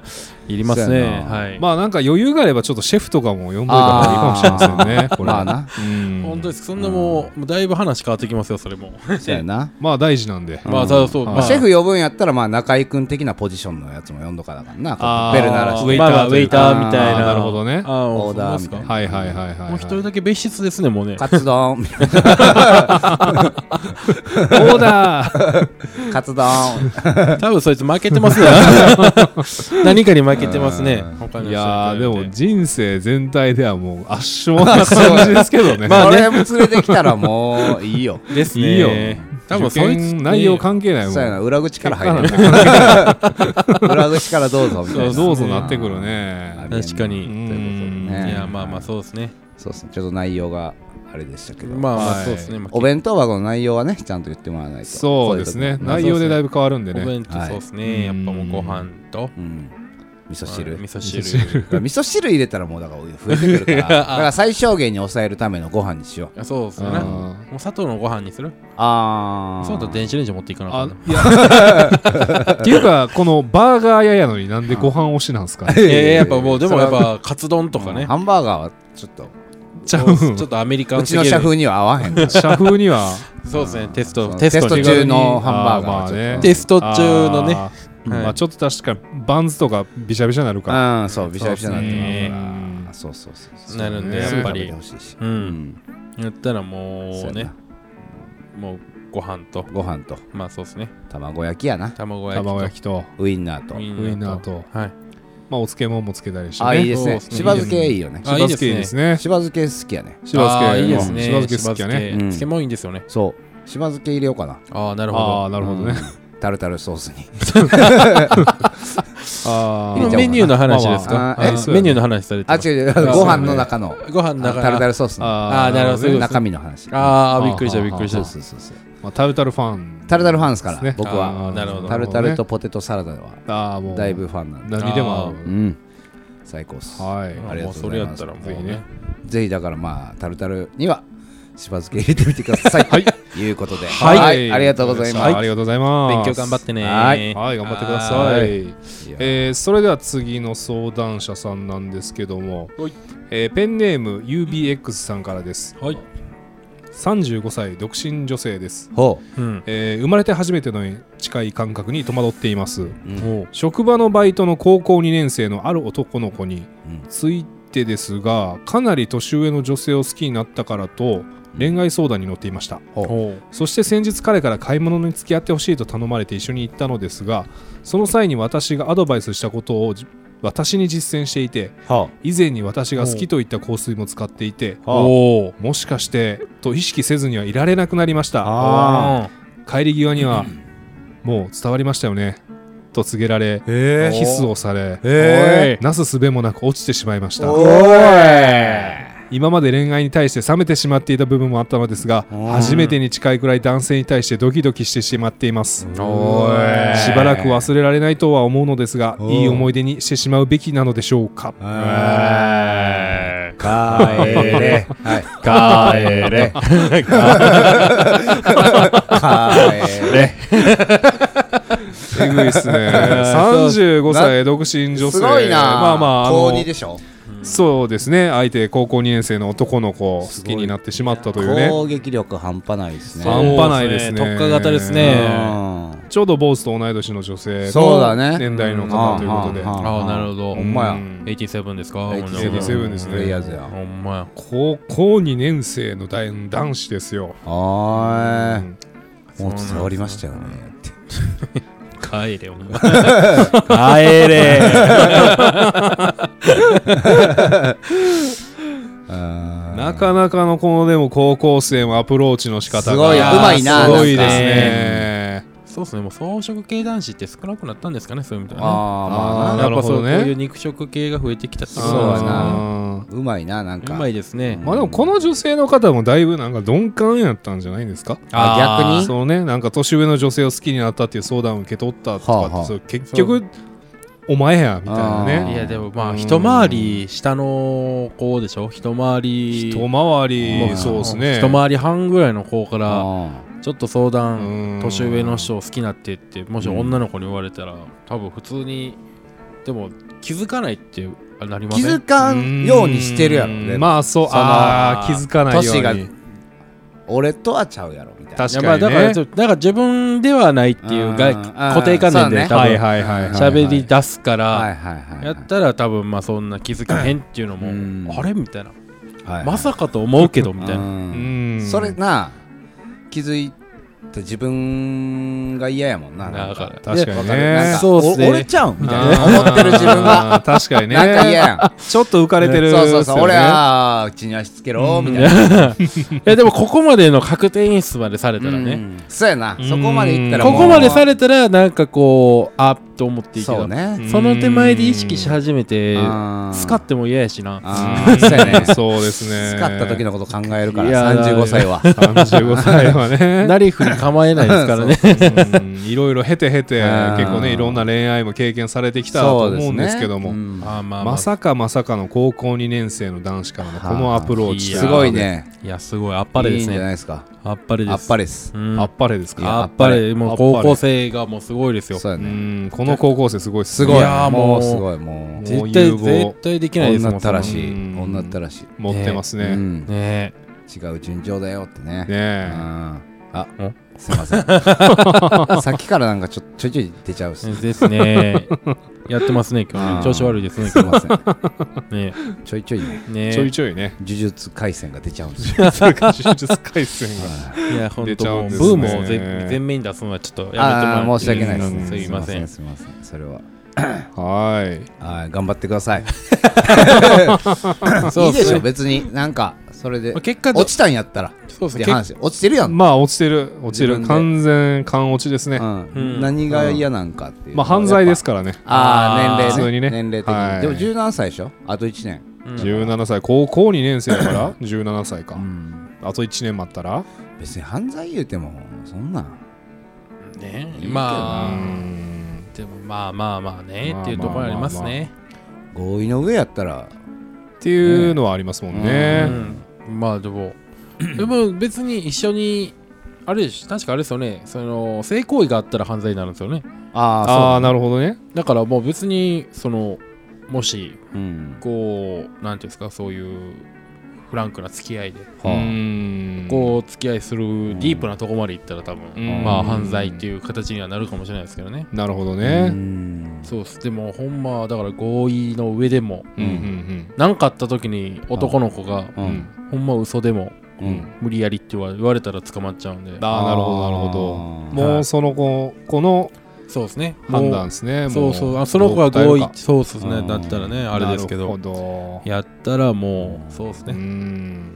S4: いります
S2: そう
S4: ね。
S2: やな
S4: はい。
S3: まあなんか余裕があればちょっとシェフとかも呼んどいた方がいいかもしれませんね
S2: ー
S3: これ
S2: まあな
S3: うん
S4: 本当です。そんなもう、もうだいぶ話変わってきますよ、それも。
S2: そうや な
S3: まあ大事なんで
S4: まあ、ただそう、まあ
S2: シェフ呼ぶんやったらまあ中居君的なポジションのやつも呼んどかなあかんなこ
S3: あ
S2: う
S3: ー
S2: ベル鳴らし
S3: ウェ
S2: て
S3: イ
S4: まあまあ
S3: ター
S4: ウ
S3: と
S4: ェ
S3: い
S4: イ
S3: うか
S4: ターみたい
S3: あ
S4: な。
S3: ーなるほどね
S4: ああ、
S2: オーダーみた
S4: そう
S2: いな
S4: ですか
S3: はいはいはいはいはい
S4: もう一人だけ別室ですね、もうね。
S2: カツ丼
S3: オーダ ー
S2: カツ丼
S4: 多分そいつ負けてますね。 何かに負けてますね。他の人に比べて
S3: いやーでも人生全体ではもう圧勝な感じですけどね
S2: まあ、ね、連れてきたらもういいよ。
S4: ですね。
S3: いいよ
S4: 多分
S3: 受
S4: そいつ
S3: 験内容関係 ないもん
S2: そうやな、裏口から入 る。
S3: 結果なんて
S2: 裏口からどうぞみたいな。
S3: どうぞなってくるね
S4: 確かに。
S3: うん
S2: ということでね
S4: いや、まあまあ、そうですね。
S2: そうですね、ちょっと内容があれでしたけど。
S4: まあま
S3: は
S4: あ、
S3: い
S4: そうですね。まあ
S2: お弁当箱の内容はね、ちゃんと言ってもらわないと。
S3: そうです
S2: そうい
S3: ね
S2: うとこ
S3: 内容でだいぶ変わるんで
S4: お
S3: ね
S4: 弁当、そうですね。やっぱもうご飯と、
S2: うん。味噌汁、
S4: 味噌
S3: 味噌
S4: 汁
S2: だから 味噌汁入れたらもうだから増えてくるからだから最小限に抑えるためのご飯にしよう
S4: あそうですね
S3: あー
S4: もう砂糖のご飯にする
S2: あ
S4: そうだと電子レンジ持っていかなあ
S3: あ
S4: かんない
S3: やっていうかこのバーガー屋やのになんでご飯推しなんすか
S4: いやいややっぱもうでもやっぱカツ丼とかね
S2: ハンバーガーはちょっと
S3: ちゃ
S4: も
S3: う
S4: うちょっとアメリカ
S2: う
S4: ンす
S2: ち
S4: ぎ
S2: の
S4: る
S2: 社風には合わへんから
S3: 社風には
S4: そうですねテスト
S2: そう
S4: テスト
S2: テス
S4: 中
S2: ト中のハンバーガー
S3: あ
S2: はちょっと
S3: ーまあね
S4: テスト中のね
S3: あー
S4: はい
S3: まあちょっと確かにバンズとかビシャビシャなるから
S2: うんそうびしゃびしゃなってるからそうそうそうそう
S4: なるん
S3: で
S2: そうね
S3: やっぱ
S4: り
S2: すぐ食べてほしいし
S4: う
S2: うんん
S4: やったらも
S2: そうう
S4: ね
S2: ね
S4: もうご飯と
S2: ご飯と
S4: まあそうですね
S2: 卵焼きやな
S4: 卵焼きと
S3: 卵焼きと
S2: ウインナーと
S4: ウ
S3: ウインナーと
S4: はい
S3: まあお漬物もつけたりして
S2: あいい
S3: ね
S2: です
S4: そう
S2: ね
S4: ですね
S2: しば漬けいいよね
S4: あ
S3: しば漬けいいですね
S2: しば漬け好きやね
S3: しば
S4: あー
S3: 漬け
S4: いいですね
S3: しば漬け好きやね
S4: しば漬け
S2: うん
S4: 漬けもいいんですよね
S2: そうしば漬け入れようかな
S4: ああなるほ
S3: あ
S4: ど
S3: あなるほどね
S2: タルタルソース に
S4: この
S2: 入れちゃおうかな
S3: あ
S4: メニューの話です
S2: まあ
S4: か
S2: まああーえ
S4: あー
S3: そう
S4: メニューの話されて
S2: あ
S4: ます
S2: 違う違うご飯の中の
S4: ご飯だか
S2: タルタ
S4: ら
S2: ルソースの
S4: あーなるほどそういうこと
S2: 中身の話
S4: ああびっくりし
S3: あ
S4: た
S3: ー
S4: びっくりし
S2: そう
S4: た
S2: そうそうそう
S3: まあタルタルファン
S2: タルタルファンですから
S3: ですね
S2: 僕
S4: あー
S2: は
S4: なるほど
S2: タルタルとポテトサラダは
S3: ああもう
S2: だいぶファンなんで
S3: 何でも合う
S2: うん最高っす
S3: は
S2: あ
S3: い
S2: りがとうご
S4: もそ
S2: ざ
S4: れ
S2: い
S4: や
S2: ま
S4: っ
S2: す
S4: たらもう
S3: ぜひ
S4: ね
S3: ね
S2: ぜひだからまあタルタルにはしば漬け入れてみてください。はい、と いうことで、
S4: はい
S2: ありがとうございます。
S3: ありがとうございます
S4: 勉強頑張ってね
S2: はい
S3: はい頑張ってくださ
S4: はい
S3: えーそれでは次の相談者さんなんですけども
S4: はい、
S3: えーペンネーム UBX さんからです
S4: はい
S3: 35歳独身女性です、
S2: ほう、
S4: うん
S3: えー生まれて初めての近い感覚に戸惑っています
S4: おう
S3: 職場のバイトの高校2年生のある男の子に
S2: うん
S3: ついてですがかなり年上の女性を好きになったからと恋愛相談に乗っていました
S2: ほ
S4: おう
S3: そして先日彼から買い物に付き合ってほしいと頼まれて一緒に行ったのですがその際に私がアドバイスしたことをじ私に実践していて
S2: う。は
S3: 以前に私が好きといった香水も使っていて
S2: あ
S4: おう
S3: もしかしてと意識せずにはいられなくなりました
S2: あ
S3: 帰り際にはもう伝わりましたよねと告げられ
S2: え
S3: キスをされ
S2: え
S3: なすすべもなく落ちてしまいまし
S2: ー、
S3: た
S2: おー
S3: 今まで恋愛に対して冷めてしまっていた部分もあったのですが
S2: うん
S3: 初めてに近いくらい男性に対してドキドキしてしまっています
S2: おーい
S3: しばらく忘れられないとは思うのですが
S2: お
S3: いい思い出にしてしまうべきなのでしょうか
S2: い。帰れ、はい、帰れ、帰れ。
S3: えぐいっす ね35歳独身女性
S2: すごいな。
S3: まあまああ
S2: 高
S3: の
S2: 二でしょ。
S3: そうですね相手高校2年生の男の子を好
S2: すごい
S3: きになってしまったというね
S2: 攻撃力半端ないですね。
S3: 半端ないですね
S4: そうですね特化型ですね
S2: うん
S3: ちょうど坊主と同い年の女性
S2: そうだね
S3: の年代の方ということで
S2: うんうんうん
S4: ああなるほど
S2: ほんまや
S3: うん
S4: 87ですか
S3: 87ですね
S2: プレイヤーズや
S4: ほんまや
S3: 高校2年生の大男子ですよ、
S2: は
S3: うん
S2: ーいもう伝わりましたよねって
S4: 帰れお 前帰れ
S3: なかなかのこのでも高校生のアプローチの仕方が
S2: すごい
S4: やうまいな
S3: すごいです
S2: な
S3: ね
S4: そうですねもう草食系男子って少なくなったんですかねそういうみたいな
S2: あ
S3: あ
S2: あまあ
S3: ー
S2: な
S4: や
S3: な
S4: っ
S3: る
S4: ぱ
S3: ほ
S4: そう
S3: ど
S4: こ
S3: ね
S4: ういう肉食系が増えてきたってこと
S2: そう
S4: です
S2: や
S4: ね
S2: な
S3: あー
S2: うまいななん
S4: う
S2: か
S4: まいですね
S3: まあでもこの女性の方もだいぶなんか鈍感やったんじゃないんですか
S2: あ逆に
S3: そのねなんか年上の女性を好きになったっていう相談を受け取ったとかって、
S2: はあはあ
S3: そう結局お前やみたいな
S2: あー
S4: い
S3: ね
S4: やでもま
S3: う
S4: あ
S3: ん
S4: 一回り下の子でしょ一回り
S3: 一回り
S2: あ
S3: そうですね
S4: 一回り半ぐらいの子から
S2: あ
S4: ちょっと相談
S3: うん
S4: 年上の人を好きになってってもし
S2: うん
S4: 女の子に言われたら多分普通にでも気づかないってなり
S2: ー
S4: ま
S2: 気
S4: せん
S2: づかんようにしてるやろ
S3: うん
S2: ね
S3: まあそう
S2: その
S3: あー気づかないように
S2: 年が俺とはちゃうやろみたいな
S3: 確か
S4: い
S3: に
S4: やまあだから
S3: ね
S4: ちょっとなんか自分ではないっていうが
S2: うんあー
S4: 固定観念で
S2: そうね
S4: 多
S3: はい
S4: 分
S3: はいはいはい
S2: しゃべ
S4: 喋り出すか
S2: はい
S4: ら
S2: はいはい
S4: やったら多分まあそんな気づかへんっていうの
S2: うん
S4: もあれみたいな
S2: はい
S4: まさかと思うけどみたいな
S3: う
S2: な
S3: ーん
S2: それな気づいた自分が嫌やもんな
S4: だ
S2: なん
S4: か
S2: から
S3: 確か
S4: で
S2: わ
S3: に
S2: かるなん
S3: ね
S2: か
S4: そうっすね
S2: お俺ちゃうんみたいな
S3: あー
S2: 思ってる自分が
S3: 確かにね
S2: なんか嫌やん
S3: ちょっと浮かれてる
S2: そうそうそう、
S3: っすよね
S2: 俺はうちにはしつけろみたいな、
S4: いやでもここまでの確定演出までされたらね
S2: うんそうやなそこまでいったら
S4: こ
S2: もう
S4: こまでされたらなんかこうあと思っていいけど
S2: そうね
S4: その手前で意識し始めて
S2: あー
S4: 使っても嫌やしな
S2: あーそうやね
S3: そうですね。
S2: 使った時のこと考えるか
S4: いや
S2: ら
S4: ー
S2: 35歳は
S3: 35歳はね。
S4: ナリフに構えないですから ね
S3: うんいろいろ経て経て
S2: うん
S3: 結構ねいろんな恋愛も経験されてきたと思うんですけども、
S2: そうですねうん
S4: あーまあまあ
S3: まさかまさかの高校2年生の男子からのこのアプローチ
S4: やー
S2: すごいね
S4: いやすごいあっぱれで
S2: いい
S4: す
S2: んじゃない
S4: ね
S2: ですか
S4: あっぱれ
S2: あ
S4: で
S2: っ
S4: す
S2: ぱれです
S4: うん
S3: あっぱれです
S2: いや
S3: か
S4: あ
S2: あ
S4: っ
S2: っ
S4: ぱ
S2: ぱ
S4: れ
S2: れ
S4: もう高校生がもうすごいですよ
S2: そうや
S3: う
S2: ね
S3: んこの高校生すごいっす
S2: す
S3: ね
S2: ごい
S4: やーも
S2: も
S4: う
S2: うすごいもう
S3: ね
S4: 絶
S3: も
S4: 対
S3: う融合
S4: 絶対できないですも
S2: 女
S4: ん
S2: ったら
S4: そん
S2: しい
S3: うん
S2: 女ったらしい
S3: 持ってます
S2: う
S3: ね
S2: ん
S4: なのね
S2: 違う順調だよってねうん
S3: ね
S2: あすいませんさっきからなんかちょちょいちょい出ちゃうっす
S4: えですね やってますね今日
S2: あ
S4: ね
S2: ー
S4: 調子悪いですね
S2: すい
S4: 今
S2: ません
S4: 日ね
S2: ちょいちょいね
S4: ね
S3: ちょいちょいね
S2: 呪術廻戦が出ちゃうんですよ
S3: それから 呪術廻戦が
S4: いや、本
S3: 出
S4: 当
S3: ちゃう
S4: も
S3: ん
S4: う
S3: ですね
S4: ブームを全全面に出すのはちょっとやめてもら
S2: あ
S4: って
S2: あー申し訳ないです
S4: う
S2: ね
S4: んすいません。
S2: すいませんすいませんそれは
S3: はーい
S2: はい頑張ってください
S4: そう
S2: いいでし
S4: そう
S2: ょ別になんかそれで
S4: まあ結果
S2: 落ちたんやったら
S4: そうです
S2: って
S4: ね。
S2: 話落ちてるやん、
S3: まあ落ちてる落ち
S2: 自分で
S3: る完全完落ちですね
S2: うん
S4: うん
S2: 何が嫌なんかっていう
S3: まあ犯罪です
S2: か
S3: からね
S2: あ
S4: あ
S2: あ
S4: ー
S2: 年
S3: 普通に
S2: 齢ね
S3: ね
S2: 年齢的に、
S3: はい
S2: でも17歳でしょあと1年、
S4: うん
S3: 17歳高校2年生だから 17歳か
S2: ん、
S3: あと1年待ったら
S2: 別に犯罪言うてもそんな
S4: ね
S2: いいけど
S3: う
S4: まあ、
S3: ん
S4: でもまあまあまあね
S3: まあ
S4: っていうところありますね。
S2: 合意の上やったら
S3: っていうのはありますもん
S2: ま
S4: う
S3: ね
S4: んまあでも、でも別に一緒に、あれでしょ確かあれですよね、その性行為があったら犯罪になるんですよね。
S2: あ
S3: ああーなるほどね
S4: だからもう別に、その、もし
S2: あ、そううん
S4: こう、なんていうんですか、そういうフランクな付き合いで、
S2: はあ
S3: うん
S4: こう付き合いするディープなとこまで行ったら多分、
S3: うん
S4: まあ犯罪っていう形にはなるかもしれないですけどね、
S3: なるほど
S2: う
S3: ね
S2: ん
S4: そうっすでもほんまだから合意の上でも
S3: うんうん
S4: 何かあった時に男の子が
S2: う
S3: うんうんん
S4: ほんま嘘でも
S2: うん
S4: 無理やりって言わ言われたら捕まっちゃうんで
S3: ああなるほどなるほど
S2: あー
S3: もうその子この
S4: そうですね
S3: 判断
S4: も
S3: ですね
S4: うそうそう
S3: も
S4: あその子が合意
S3: どう
S4: そうですね
S2: うん
S4: だったらねあれですけ
S3: なるほ
S4: ど
S3: ど
S4: やったらもうそうです
S3: う
S4: ね
S3: ん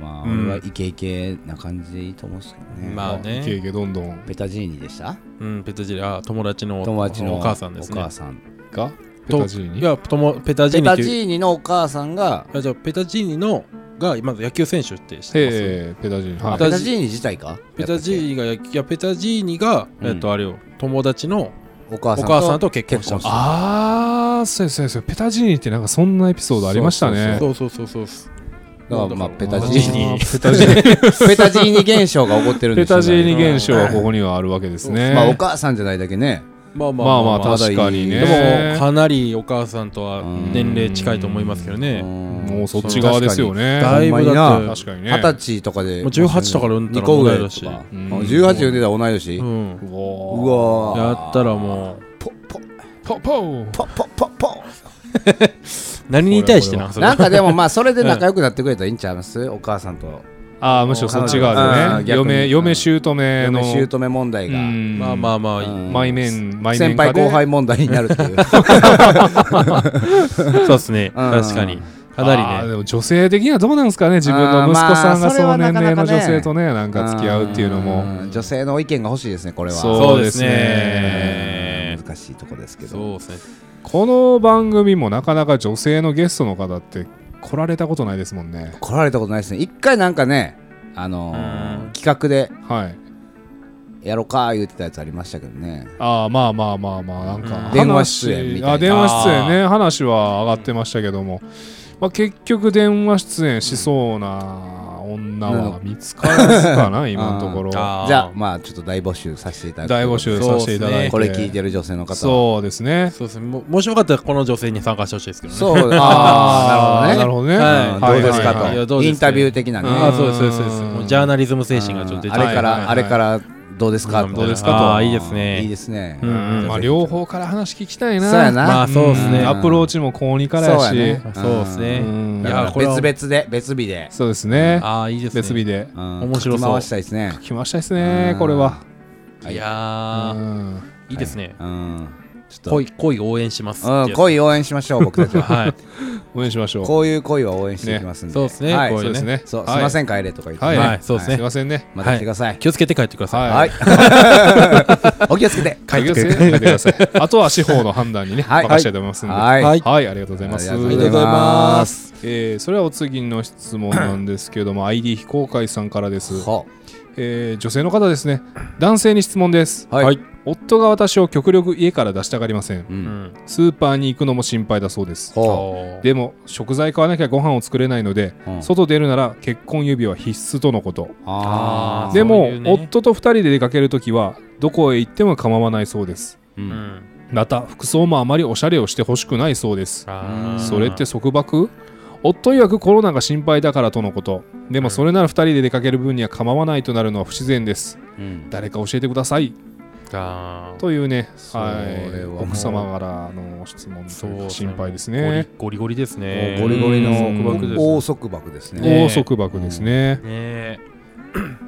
S2: まあ、
S4: うん
S2: 俺はイケイケな感じでいいと思うんですけどね、
S4: まあね
S3: いけいけどんどん
S2: ペタジーニでした
S4: うんペタジリあ友達の
S2: 友達の
S4: お母さんです
S2: お
S4: ね
S2: 母さん
S3: が
S4: と
S3: ペタジーニ
S4: いやともペタジ
S2: ペ
S4: ーニっ
S2: タ
S4: て
S2: ジ
S4: いう
S2: ーニのお母さんが
S4: あじゃあペタジーニのがまず野球選手って知ってます
S3: ええペタジーニ
S2: あ
S3: はい
S2: ペタジーニ自体か
S4: ペタジーニがやいやペタジーニが、
S2: うん
S4: えっとあれよ友達の
S2: お母
S4: お
S2: さん
S4: 母さんと結婚した
S2: 結婚した
S3: ああそうやそうやそうやペタジーニってなんかそんなエピソードありましたね
S4: そうそうそうそうそう
S2: だからまあペタ
S4: う
S2: ジーニ
S4: ニ
S3: あーペタジーニ
S2: ペタジーニ現象が起こってるん
S3: ペ
S2: です
S3: タ
S2: よ
S3: ジーニ現象はここにはあるわけですね
S2: まあお母さんじゃないだけね
S4: まあま
S3: ま
S4: あ
S3: あまあ
S2: まだ
S3: 確か
S2: い
S3: に
S2: い
S3: ね
S4: でもかなりお母さんとは
S2: うん
S4: 年齢近いと思いますけどね
S3: も
S2: も
S3: うそっち側ですよね
S4: だいぶ
S2: ほん
S4: だ
S2: ま
S4: っ
S2: に
S4: て
S3: 確かにね
S2: 二十歳とかで
S4: もう18とかで産んだ
S2: 2
S4: ら
S2: 個
S4: 同
S2: ぐ
S4: い
S2: らい
S4: 年
S2: とか
S3: うん
S2: 18で産んでたら同い年
S4: う
S2: うん
S3: うわ
S2: わー
S4: やったらもう
S2: ポッポッ
S3: ポッ
S2: ポ
S3: ポ
S2: ッポッポッポ
S4: 何に対してなそ
S2: ッ
S4: れ
S2: なんかでもまあそれで仲良くなってくれたらいいんちゃい ますお母さんと
S3: ああむしろそっち側でね
S2: 彼女うん逆
S3: 嫁
S2: に
S3: 嫁姑の
S2: 嫁姑問題が
S3: うん
S4: まあまあまあ、
S2: うん
S3: 毎面毎面
S2: 先輩後輩問題になるって いう
S4: そうですね
S2: うん
S4: 確かにか
S3: あ
S4: な
S3: ー
S4: り
S3: で
S4: ね
S3: も女性的にはどうなんですかね自分の息子さん
S2: あーま
S3: が
S2: あそれ
S3: そ
S2: は
S3: う年
S2: なかなか
S3: 齢
S2: ね
S3: の女性とねなんか付き合うっていうのも
S2: ん女性の意見が欲しいですねこれは
S3: そうです
S2: う
S3: ね
S2: ん難しいとこですけど
S4: そうですね
S3: この番組もなかなか女性のゲストの方って来られたことないですもんね
S2: 来られたことないですね一回なんかねあのー
S4: うん
S2: 企画で
S3: はい
S2: やろうか言ってたやつありましたけどね
S3: ああまあまあまあまあなんか
S4: うん
S3: 話
S2: 電話出演みたいな
S3: あ電話出演ね話は上がってましたけども、まあ、結局電話出演しそうな女は見つからずかな今のところ
S4: あー
S2: じゃあまあちょっと大募集させていただく
S3: 大募集させていただいて
S2: これ聞いてる女性の方は
S3: そうですね
S4: そうですねももしよかったらこの女性に参加してほしいですけどね
S2: そう
S3: あ
S2: ああ
S3: ーな
S2: なる
S3: るほ
S2: ほど
S3: どね
S2: ねうん
S3: は
S2: ど
S3: い
S2: うですか
S4: はいはいいやどう
S2: と
S4: です
S2: イ
S4: か
S2: ンタビュー的なね
S3: うん
S4: あーそうですそうですそうですもうジャーナリズム精神がちょっと出
S2: あ
S4: てる
S2: れから、
S3: はいはいはい
S2: あれからどうですか
S4: うん
S3: どうですかと
S4: ああいいですね
S2: いいですね、
S4: うんうん
S3: まあ、両方から話聞きたいな
S2: そうやな、
S4: まあそうですね
S3: んアプローチも高2からやし
S2: そうやね
S4: そうですね
S3: うん
S4: いやこれは
S2: 別々で別日で、
S3: そうですね
S4: ああいいですね
S3: 別日で
S2: うん
S4: 面白そう
S2: かき回したいですね
S3: 来ましたですね
S2: うん
S3: これは
S4: いうや
S3: う
S4: ー
S3: ん
S4: いいですね
S2: うん
S3: ちょっ
S4: 恋恋応援しますってや
S2: う
S4: つ
S2: ん、恋応援しましょう、僕たちは。
S4: はい
S3: と応援しましょう。
S2: こういう恋は応援していきますんで。
S4: そうですね
S2: はい、
S4: こう
S3: そ
S4: いうう
S3: ですね。
S2: そう、
S3: は
S2: すいません、帰れとか言って
S3: は
S2: ね。
S3: い
S4: はいそうです
S3: すい
S4: ね
S3: ませんね。
S2: また来てください。
S4: 気をつけて帰ってください、
S3: は
S2: はい。お気をつけて。
S3: 書いてください。書いてください。あとは司法の判断にね、
S2: はい
S3: 任したいと思いますんで。
S2: はい
S3: は、
S2: はい
S3: はいありがとうございます。
S2: あり
S4: あり
S2: が
S4: がと
S2: とう
S4: う
S2: ご
S4: ござ
S2: ざい
S4: い
S2: ま
S4: ます
S3: えーそれはお次の質問なんですけれども ID 非公開さんからです、
S2: は
S3: えー女性の方ですね男性に質問です、
S2: はいはい
S3: 夫が私を極力家から出したがりません
S2: う。
S4: うんん
S3: スーパーに行くのも心配だそうです
S2: ほ
S3: でも食材買わなきゃご飯を作れないので、
S2: うん
S3: 外出るなら結婚指輪必須とのこと
S2: う。あ
S4: あー
S3: で
S4: そ
S3: も
S4: ういうね
S3: 夫と2人で出かけるときはどこへ行っても構わないそうです
S2: ーう。
S4: うんん
S3: また服装もあまりおしゃれをしてほしくないそうです
S4: あー
S3: それって束縛夫曰くコロナが心配だからとのことでもそれなら2人で出かける分には構わないとなるのは不自然です
S2: うん
S3: 誰か教えてください
S4: あー
S3: というね、
S2: それはもう
S3: はい、奥様からの質問と
S4: そう
S3: いう
S4: で
S3: か
S4: す
S3: 心配ですね
S4: ゴリゴリゴリですね
S2: ゴリゴリ
S3: うん束縛です
S2: の
S3: ね
S4: ね
S2: 大束縛ですね。
S3: 大束縛ですね、
S4: ねえ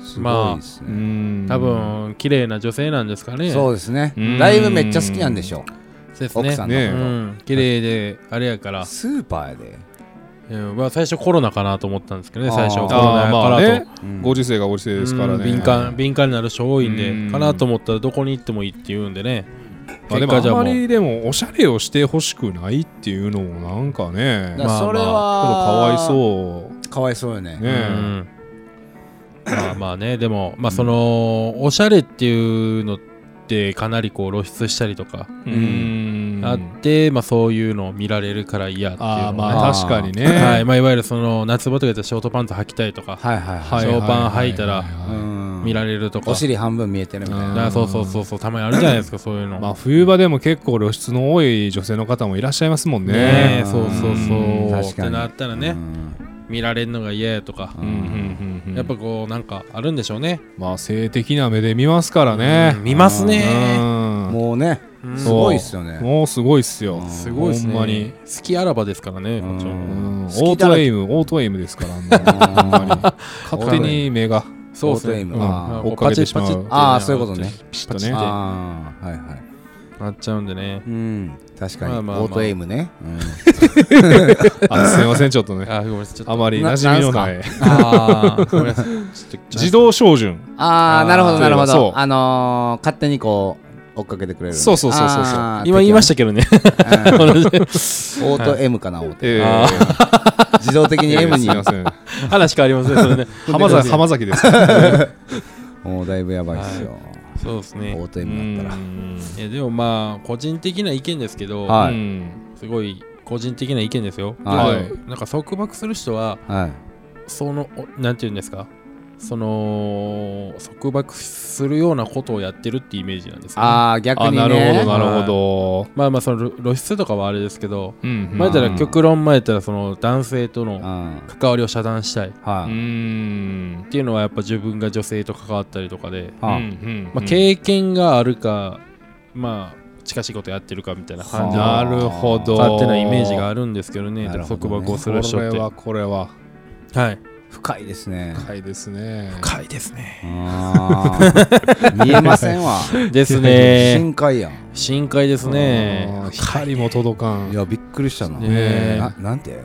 S2: すごいです
S3: う
S2: ね。
S3: ん
S4: 多分綺麗な女性なんですかね
S2: そううですね
S3: うん。
S2: ライブめっちゃ好きなんでしょ。
S4: ですね
S2: 奥さんの
S3: ね
S4: う
S2: こ
S4: ん綺麗であれやから
S2: と。、スーパーやで。
S4: うんまあ、最初コロナかなと思ったんですけどね
S2: あー
S4: 最初コロナ
S3: あ
S4: やか
S3: ーまあ
S4: らと
S3: ね
S2: うん
S3: ご時世がご時世ですから
S4: うん
S3: ね
S4: 敏感敏感になる人多いんで
S3: うん
S4: かなと思ったらどこに行ってもいいって言うんでね
S3: まあ、で
S4: 結
S3: もあ
S4: 果じゃ
S3: ん
S4: あも
S3: ま
S4: う
S3: りでもおしゃれをしてほしくないっていうのもなんかね
S2: だか
S3: まあちょ
S2: らそ
S3: っ
S2: れは、。
S3: とかわいそう
S2: かわいそうよね。
S3: うねえ
S4: うんまあまあねでもまあそのおしゃれっていうのってかなりこう露出したりとか
S3: う、うん
S4: あって、まあそういうのを見られるから嫌っていうの
S3: あ
S4: は
S3: ー
S4: ね
S3: まあ確かにね
S4: はいまあ、いわゆるその夏場とかやったらショートパンツ履きたいとか、
S2: はいはい
S3: は
S2: はい
S4: ショーパン履いたら
S3: はは
S2: いう
S3: は
S2: ん。
S4: 見られるとか
S2: お尻半分見えてるみたい
S3: うん
S2: な。
S4: だそうそうそうそうたまにあるじゃないですかそういうの、
S3: まあ冬場でも結構露出の多い女性の方もいらっしゃいますもんね。
S4: ねえ
S2: うん
S4: そうそう
S3: うん
S4: そうっ
S2: 確かに
S4: てなったら
S2: う
S4: ね
S2: ん
S4: 見られるのが嫌やとか
S3: うんうんうんうん
S4: やっぱこうなんかあるんでしょうね
S3: まあ性的な目で見ますからね
S4: うん。見ますね
S3: ね。
S2: もうね、
S4: うん
S2: すごいっすよね。
S3: もうすごいっすよ
S2: う。ん
S4: すごいですね
S3: ほんまに。
S4: 好きあらばですからねこっちは
S2: うん
S3: うんオ
S2: 好き
S3: ー
S2: だら
S3: トエ
S2: け
S3: イム、オートエイムですから、あんなのほんまに 勝手に目が、
S4: そうです
S2: オートエイ
S4: ね
S2: ム
S3: うん
S2: あー
S3: 追っかけてしま
S4: パチッ
S3: う
S4: パチ。ッ
S2: ああ、そういうことね。
S3: ピシッと
S4: パチ
S3: ね。
S2: ああ、はいはい。
S4: なっちゃうんで ね
S2: うん、確かに、
S4: まあまあまあ
S2: オートエイムね。
S3: あすいません、ちょっとね。
S4: あーごめんなさいちょっと
S3: あまり馴染みのない。
S4: あーごめんなさいちょっと
S3: 自動照準。
S2: あ
S4: あ
S2: あ、
S4: ー
S2: なるほど、なるほ
S3: そう
S2: ど。あのー、勝手にこう、追っかけてくれる。
S3: そうそうそうそうそう
S4: 今言いましたたけどね
S2: けど。うん
S4: 同じ
S2: オート M かな、オート。
S3: ええ
S4: あ
S2: 自動的に M
S3: すい
S2: に。
S3: ません。
S4: 話変わりますねそれね
S3: 浜崎浜崎です。
S2: もうだいぶやばいっすよ。
S4: そうです
S2: オ
S4: ね
S2: ート M だったら。
S4: いやでもまあ個人的な意見ですけど、
S2: は
S3: う
S2: い
S3: ん
S4: すごい個人的な意見ですよ、
S2: はい
S4: なんか束縛する人は
S2: はい。
S4: そのおなんて言うんですかその束縛するようなことをやってるってイメージなんですよ、ね、
S2: ああ、逆
S3: あ、
S2: にね。
S3: なるほど、なるほど。
S4: まあまあその露露出とかはあれですけど
S3: うん
S4: 前やった
S2: う
S4: ら
S2: ん
S4: 極論前やったらその男性と
S2: う
S4: の
S2: ん。
S4: 関わりを遮断したいっ
S2: は
S3: う
S2: い。
S3: ん。
S4: ていうのはやっぱ自分が女性と関わったりとかで、
S2: は
S4: まあ、経験があるかまあ近しいことやってるかみたいな感じの
S3: なるほど。
S4: 勝手なイメージがあるんですけどね
S2: なるほ
S4: 束
S2: どね
S4: 縛をす
S3: こ
S4: る人っ
S3: れ
S4: て
S3: はこれは
S4: はい
S2: 深いですね。
S3: 深いですね。
S4: 深いですね
S2: あー見えません わ。
S4: ですね
S2: 深海やん。
S4: 深海ですね
S3: あー光も届かん。
S2: いや、びっくりしたな。
S4: ねえ
S2: ななんて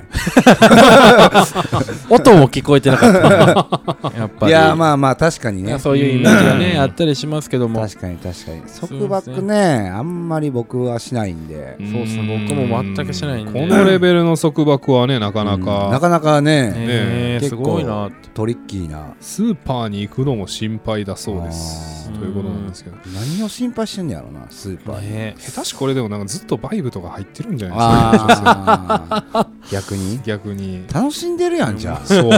S4: 音も聞こえてなかったねやっぱ
S2: い
S4: り
S2: や、まあまあ、確かに
S4: い
S2: ね
S4: や。そういうイメージがねあったりしますけども
S2: 確かに確かに
S4: そうです
S2: 束
S4: ね
S2: 縛ねあんまり僕はしないんで
S3: ん
S4: そうっすね僕も全くしないんで
S3: このレベルの束縛はね、なかな
S2: うんな
S3: か。
S2: かなかね
S4: ねえ
S2: 結
S4: す
S2: 構
S4: ごいなって
S2: トリッキーな
S3: スーパーに行くのも心配だそうです。
S2: あ
S4: ー
S3: ということなんですけど。
S2: 何を心配してんねやろなスーパーに、
S4: ね
S3: 下手しこれでもなんかずっとバイブとか入ってるんじゃないですか。
S2: ああ逆に
S3: 逆に。
S2: 楽しんでるやんじゃあ
S3: そう。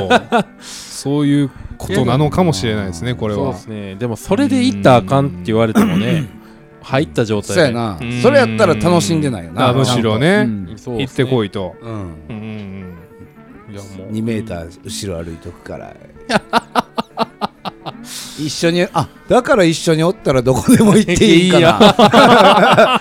S3: そういうことなのかもしれないです ね、これ
S4: そう
S3: は
S4: で。すねでもそれで行ったらあかんって言われてもね入った状態
S2: そうやな
S3: うん
S2: それやったら楽しんでないよな
S3: あむしろね
S4: そう
S3: 行
S4: で
S3: っ
S4: すね
S3: てこいと。
S2: うん、うん
S3: うんうんうん。
S4: いやもう
S2: 2メーター後ろ歩いとくから 一緒にあだから一緒におったらどこでも行っていいか
S4: い
S2: な
S4: や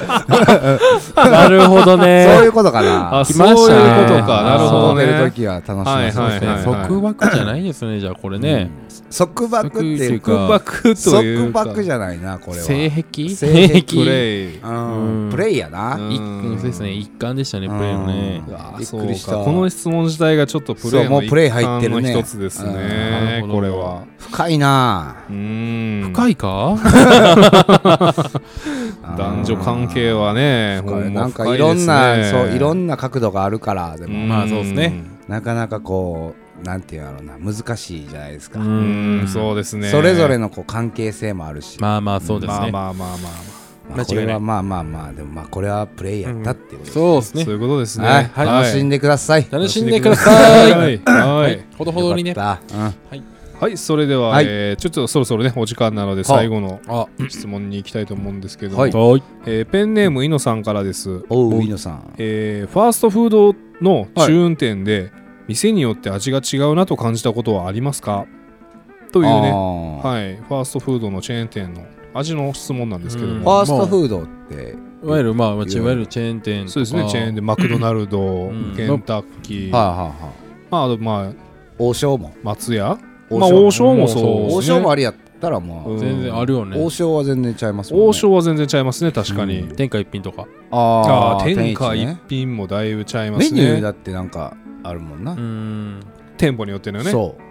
S5: なるほど
S2: そう
S5: ね
S2: いうことかな
S5: あ
S3: 来ましたね
S5: そういうことか
S3: なるほど
S2: そ
S3: ね
S2: う寝る時は楽しみ
S3: はい
S2: そう
S3: はい
S2: ですね
S3: はい
S4: 束縛じゃないですね、じゃあこれね。
S2: 束縛っていうか
S3: 束縛とい
S2: 束
S3: うか
S2: 縛じゃないなこれは
S4: 性癖
S2: 性癖
S3: プレイ
S2: うん
S4: うん
S2: プレイやな
S4: 一そうですね、一貫でしたね、プレイもね
S2: う。ん
S3: あ
S2: びっ
S3: そ
S2: く
S3: う
S2: りした
S3: かこの質問自体がちょっとプレイ
S2: そう
S3: の
S2: もうプレイ入ってるね
S3: 一環の一つです
S2: うん
S4: な
S3: ね
S4: るほど
S3: これは
S2: 深いな
S3: うん
S4: 深いか
S3: 男女関係はね
S2: こ
S3: ほ
S2: れ
S3: んま
S2: なんか
S3: 深
S2: いろん
S3: で
S2: な
S3: す
S2: そ
S3: ね
S2: ういろんな角度があるからでも
S3: ん
S4: まあそうですね
S2: なかなかこうなんていうんだろうな難しいじゃないですか
S4: う
S3: うんんそうですね
S2: それぞれのこう関係性もあるし、ま
S4: まあまあ、そうですね。
S3: まあまあまあまあまあ
S2: あ、こ
S4: 間違
S2: れ
S4: いない
S2: はまあまあまあでもまあこれはプレイやったっていうことです、
S4: そうですね
S3: そう。いうことですね
S2: はい楽しん
S3: で
S2: でください、
S4: 楽しんでください。
S3: いは
S4: はいい。ほどほどにね。
S2: よかったうん
S3: はいそれでは
S2: はい
S3: えーちょっとそろそろねお時間なので最後の
S4: あ、
S3: 質問に行きたいと思うんですけども
S2: はい
S4: はい。
S3: えーペンネームいのさんからです
S2: おう、飯野さん。
S3: えーファーストフードのチューン店で、店によって味が違うなと感じたことはありますかというね、
S2: あー
S3: はい、ファーストフードのチェーン店の味の質問なんですけど
S4: うん
S2: フ
S3: も、
S2: ァーストフードって、
S4: いわゆる、まあ、まあ
S2: い
S4: チェ
S2: や
S4: いわゆるチェーン店とか。
S3: そうですねチェーンでマクドナルド、
S4: ん
S3: ケンタッキー、
S2: はいはいはい。
S3: まあ、あとまあ
S2: 王将も。
S3: 松屋まあ王
S2: 王
S3: 将も
S2: 王
S3: そうですね
S2: 将もありやったらまあ、
S3: うん
S4: 全然あるよね。
S2: 王将は全然ちゃいますもんね。
S3: 王将は全然ちゃいますね確かに、
S4: 天下一品とか。
S2: あ
S3: あ
S2: ー
S3: ー天下
S2: 一
S3: 一
S2: ね
S3: 品もだいぶちゃいま
S2: メ
S3: す
S2: ニュー
S3: ね
S2: だってなんかあるもん
S4: う
S2: な。
S4: ん。
S3: 店舗によってのね
S2: そう。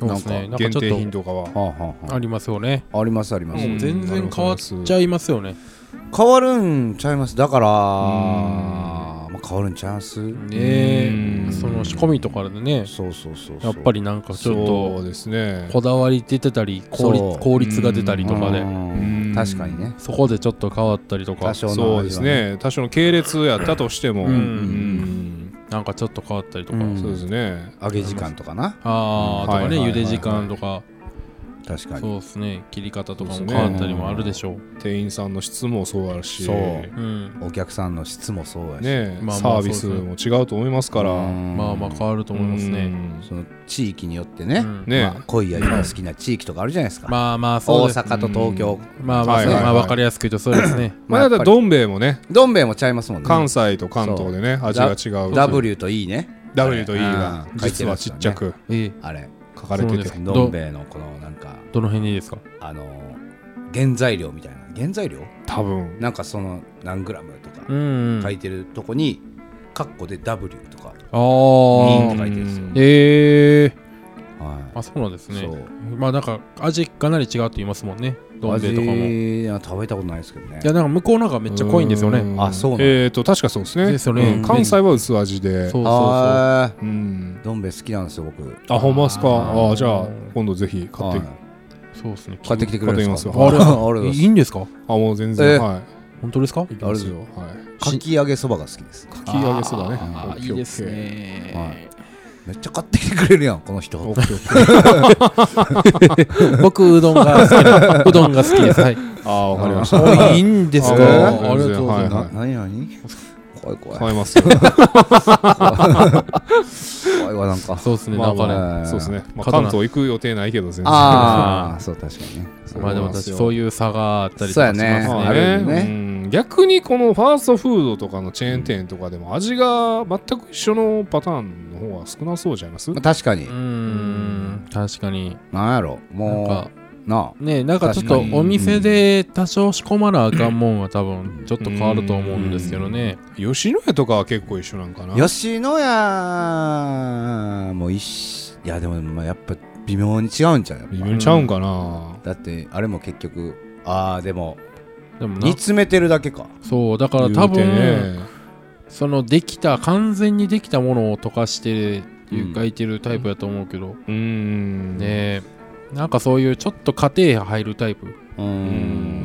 S4: そうですね。なんか
S3: 限
S4: ち
S3: 定
S4: ょっ
S3: 品とかは
S2: はあはあ
S4: と
S2: は
S4: ありますよね。
S2: あありますあります
S3: うん。
S4: もう全然変わっちゃいますよね。
S2: 変わるんちゃいます。だから、
S3: ん
S2: まあ変わるんちゃいます。
S4: ね
S3: うん
S4: え。その仕込みとかでね、
S2: そうそうそうそ
S4: や
S2: う。
S4: っぱりなんかちょっ
S3: そ
S4: と
S3: うですね
S4: こだわり出てたり、効
S2: そう
S4: 率効率が出たりとか
S2: う
S4: で、
S2: ん確かにね。
S4: そこでちょっと変わったりとか
S2: 多、少の味は
S3: そうです。ね多少の系列やったとしても、
S4: うん
S3: うん
S4: なんかちょっと変わったりとか。
S2: うん
S3: そうですね。
S2: 揚げ時間とかな。
S4: ああ、とか
S3: はい
S4: ね、
S3: はいはい
S4: 茹で時間とか、
S2: 確かに。
S4: そうですね、切り方とかも
S3: そ
S4: 変
S3: うですね
S4: わったりもあるでしょう。
S3: 店員さんの質もそうだし、
S2: そう
S3: ね
S4: うん。
S2: お客さんの質もそうやし、
S3: え、
S4: まあまあ
S3: サービスも違うと思いますから。
S2: うん
S4: まあまあ変わると思いますね。
S2: その地域によって
S4: う
S2: ね、
S4: ん
S3: ねえ
S2: まあ、恋や今好きな地域とかあるじゃないですか、
S4: まあまあ、そ
S2: 大
S4: うです。
S2: 阪と東京、
S4: まあまあ、
S3: はい
S4: そう
S3: はいはい
S4: まあ分かりやすく言うとそうですね。
S3: まあ、だどん兵衛もね、
S2: どん兵衛もちゃいますもんね
S3: 関西と関東でね、味が違う。
S2: W と E ね
S3: W と E が
S2: あ、ー書いて
S3: 実
S2: る
S3: は
S2: やつ
S3: ち
S2: だ
S3: っ
S2: ね
S3: ちゃく
S4: ええ、
S2: あれ
S3: 書かれて
S4: そうで
S3: て
S4: す。ど
S2: どん兵衛のこのなんか
S4: どの辺にですか
S2: あの原材料みたいな原材料
S3: 多分。
S2: なんかその何グラムとか
S4: うんうん。
S2: 書いてるとこに、カッコで W とか
S4: あ
S2: いい
S4: あ
S2: ね。書いてるんですよ
S4: ええ。
S2: は
S4: あ、そうなんです
S2: い、
S4: ね
S2: そ。う
S4: まあなんか味かなり違うって言いますもんね。どん兵衛とかも。い
S2: 味は食べたことないですけどね
S4: やなんか向こうなんかめっちゃ濃いんですよね。
S3: う
S2: あそうなんだ
S3: えっと、確かそうですね。
S4: ですよね
S3: うん関西は薄味で。
S4: そうそうそう。
S2: あー
S3: うん。
S2: どん兵衛好きなんですよ僕
S3: あ、ほんまですか。
S4: あ
S3: あ
S4: ー
S3: あ、じゃあ、今度ぜひ買って。
S2: はい
S4: そうですね。
S2: 買ってきてくれるんですか
S3: 買って
S4: きます
S2: あれ
S4: いいんですか
S3: あ、もう全
S2: え
S3: 然。
S2: ー
S3: はい。
S4: 本当ですか
S3: いきますよ。はい。
S2: かき揚げそばが好きです
S3: かき揚げそうだね。
S4: あ
S3: オッケー
S4: ーいいです。ね。
S2: はいめっちゃ買ってきてくれるやんこの人
S3: オッケーオッケーオッケー
S4: 僕うどんが好きなうどんが好きです。はい。
S3: ああ、わかりました。
S4: あいいんですか。
S2: えー
S4: ありがとうございま
S3: は
S2: ない何何怖い怖い
S3: 買えますよ。
S2: 怖いわなんか
S4: す。そうですね。
S3: ま
S4: な
S3: あ
S4: ん
S3: ま
S4: かね。
S3: あ
S2: ね
S3: そうですね。まあ、
S4: 刀
S3: 関東行く予定ないけど、全然。
S2: あ あそう確かにね
S3: そう
S4: まあでも
S3: なんす
S4: 私
S3: よ
S4: そういう差があったりと
S2: そうや
S4: かします
S2: ね
S4: ね。
S3: ま
S2: あ
S3: あ
S2: るよ
S3: ね
S2: ね
S3: うん逆にこのファーストフードとかのチェーン店とかでも味が全く一緒のパターンの方が少なそうじゃないます
S2: まあ確かに
S4: うーん確かに
S2: なんやろ
S4: なん
S2: も
S4: か
S2: うな
S4: ねなんかちょっと
S2: 確かに
S4: お店で多少仕込まなあかんもんは多分ちょっと変わると思うんですけどね
S3: 吉野家とかは結構一緒なんかな
S2: あ吉野家もいしいやでもまあやっぱ微妙に違うんちゃうやっぱ
S3: 微妙にちゃうんかな
S2: だってあれも結局ああでも
S4: でも
S2: 煮
S4: な
S2: 詰めてるだけか
S4: そうだから
S3: 言うて
S4: 多分
S3: ね
S4: そのできた完全にできたものを溶かして
S2: うん
S4: 書いてるタイプやと思うけど
S3: うん
S4: ねなんかそういうちょっと家庭入るタイプ
S2: うー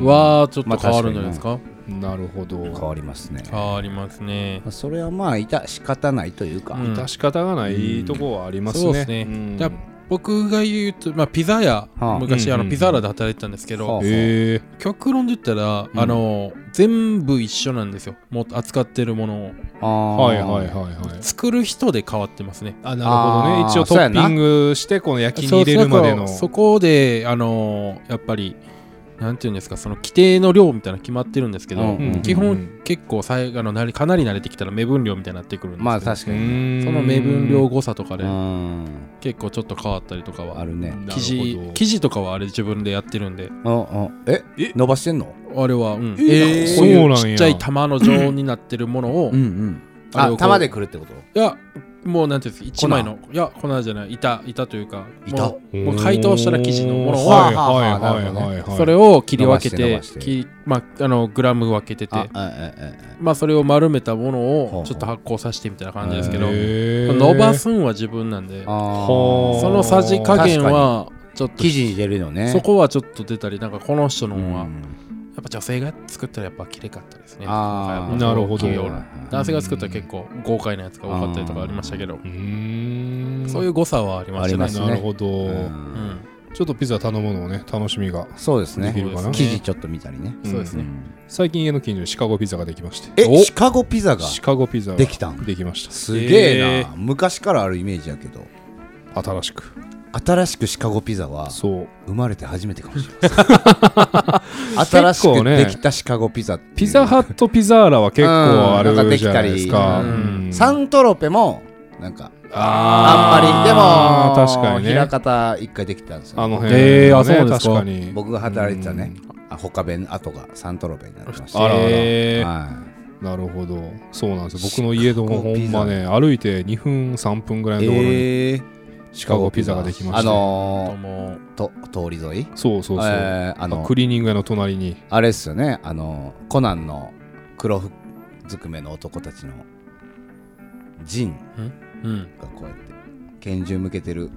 S2: ん
S4: はちょっと変わるんじゃないですか
S3: なるほど
S2: 変わりますね
S4: 変わりますね
S2: まあそれはまあいた仕方ないというか
S4: うん
S3: 致し方がないとこはありますね
S4: そうですね
S3: ん
S4: やっ僕が言うと、まあ、ピザ屋、
S2: はあ
S4: 昔、
S3: うんうん
S4: あのピザーラで働いてたんですけど、
S2: はあ
S3: ええ
S4: 極論で言ったら、
S3: うん
S4: あの全部一緒なんですよもう扱ってるものを
S2: あー
S3: はいはいはいはい
S4: 作る人で変わってますね
S3: あなるほど
S2: あー
S3: ね一応ト
S2: そうや
S3: ッ
S2: な
S3: ピングしてこの焼きに入れるまでの
S4: そうそうそこであのやっぱりなんていうんですかその規定の量みたいなの決まってるんですけど、
S2: うんうん
S4: 基
S3: う
S4: 本
S3: ん
S4: 結構さいあのなりかなり慣れてきたら目分量みたいになってくるんですけど、
S2: まあ確か
S3: う
S2: に
S3: ーん
S4: その目分量誤差とか
S2: う
S4: で
S2: ん
S4: 結構ちょっと変わったりとか
S2: あ
S4: は
S2: るね
S3: なるほど
S4: 生地生地とかはあれ自分でやってるんで
S2: うんうんえ伸ばしてんの
S4: あれは、うん
S2: えー
S4: こう
S3: そう
S4: い
S3: な
S4: うん
S3: や
S4: ちっちゃい玉の状になってるものを、
S2: うんうん
S4: あれ
S2: あ
S4: をこう
S2: 玉でくるってこと
S4: いやもうなんていうんですか一枚のいや粉じゃない板板というか
S2: 板
S4: もうもう解凍したら生地のものを
S3: はいはいはい
S2: はあはあ
S3: はいはい
S4: それを切り分けて
S2: 伸ばして伸ばして
S4: 切りまあ、あのグラム分けてて
S2: あええええ
S4: まあ、それを丸めたも
S2: ほ
S4: の
S2: う
S4: をちょっと発酵させてみたいな感じですけど、
S3: へー
S4: 伸ばすんは自分なんで
S2: あ
S3: ほー
S4: そのさじ加減はちょっと
S2: 生地に出るよね
S4: そこはちょっと出たりなんかこの人の
S2: うん
S4: は、やっぱ女性が作ったらやっぱ綺麗かったですね
S2: あー
S3: なるほど
S4: 企業の男性が作ったら結構豪快なやつが多かったりとかありましたけど
S3: うーん
S4: そういう誤差はありました
S2: あります
S4: ね
S2: ね
S3: なるほど、
S2: うん
S4: うん
S3: ちょっとピザ頼むのをね楽しみが
S2: そうです
S3: でき
S2: ね
S3: るかな、
S4: そうです
S2: 生
S4: ね
S2: 地ちょっと見たりね
S3: うん
S4: そうですね
S3: 最近家の近所にシカゴピザができまして
S2: えシカゴピザが
S3: シカゴピザが
S2: できたん
S3: できました
S2: すげえ
S4: え
S2: な昔からあるイメージやけど
S3: 新しく
S2: 新しくシカゴピザは
S3: そう
S2: 生まれて初めてかもしれ ません新し
S3: 結構
S2: く
S3: ね
S2: できたシカゴピザっていう
S3: ピザハットピザーラは結構ある
S2: うんなんかでき
S3: じゃ
S2: た
S3: な
S2: り
S3: いですか、
S2: うん
S3: うん
S2: サントロペもなんかあ
S3: あ
S2: んまりでも
S3: 確かにね
S2: 平方一回できたんです
S3: あ
S2: よ
S3: の辺、
S4: えーあそうです
S3: 確
S4: か
S3: かに
S2: 僕が働いてたねあ他弁後がサントロペになってました
S3: あらあら
S2: は
S3: なるほどそうなんですよ僕の家
S2: シ
S3: の
S2: カゴ
S3: ほ
S2: ピ
S3: ん
S2: ザ
S3: まね歩いて2分3分ぐらい
S2: い
S3: のところに、
S2: えー
S3: シカゴピザができました
S2: あ
S4: と
S2: の
S4: も
S2: ーと通り沿い
S3: そうそうそう、
S2: えーあの
S3: クリーニング屋の隣に
S2: あれっすよねあのコナンの黒服ずくめの男たちのジン
S4: うん
S2: がこうやって拳銃向けてる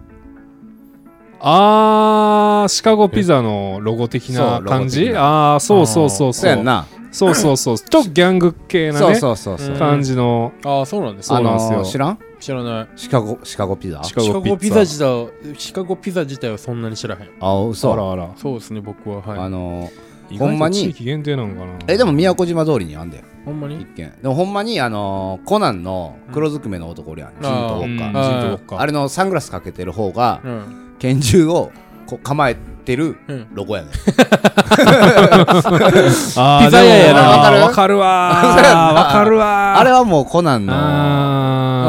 S3: あーシカゴピザのロゴ的
S2: そうロゴ的な
S3: な感じああそうそうそう
S2: そう
S3: そ
S2: やん
S3: う
S2: な
S3: そうそうそうちょっとギャング系な
S2: そう
S3: ね
S2: そうそうそう
S4: うん
S3: 感じの
S4: ああそうなんです
S3: そ
S2: あ
S3: うなんですよ
S2: のー知らん
S4: 知らない
S2: シカゴシカゴピザ
S3: シ
S4: シカ
S3: カゴ
S4: ゴピ
S3: ピザ
S4: ザ自体はシカゴピザ自体はそんなに知らへん
S2: あ嘘
S3: あらあら
S4: そうですね僕はは
S2: あ
S4: い
S2: のー
S3: 意
S2: ほんま
S3: 外と
S2: に
S3: 地域限定なんかな
S2: えでも宮古島通りにあんだよ
S4: ほんま
S2: 一
S4: に
S2: 軒でもほんまにあのーコナンの黒ずくめの男おるやん、ジンとウ
S3: う
S2: ォ
S3: ん
S2: ッ
S3: ジン
S2: カ
S3: とウ
S4: あ
S3: ォッカ
S2: あれのサングラスかけてる方が
S4: うん
S2: 拳銃をこう構えてる
S4: うん
S2: ロゴやねん、
S3: あー
S4: ピザ屋やな
S3: でも
S2: わかる
S3: わかるわーわかるわー
S2: あれはもうコナンの
S3: あ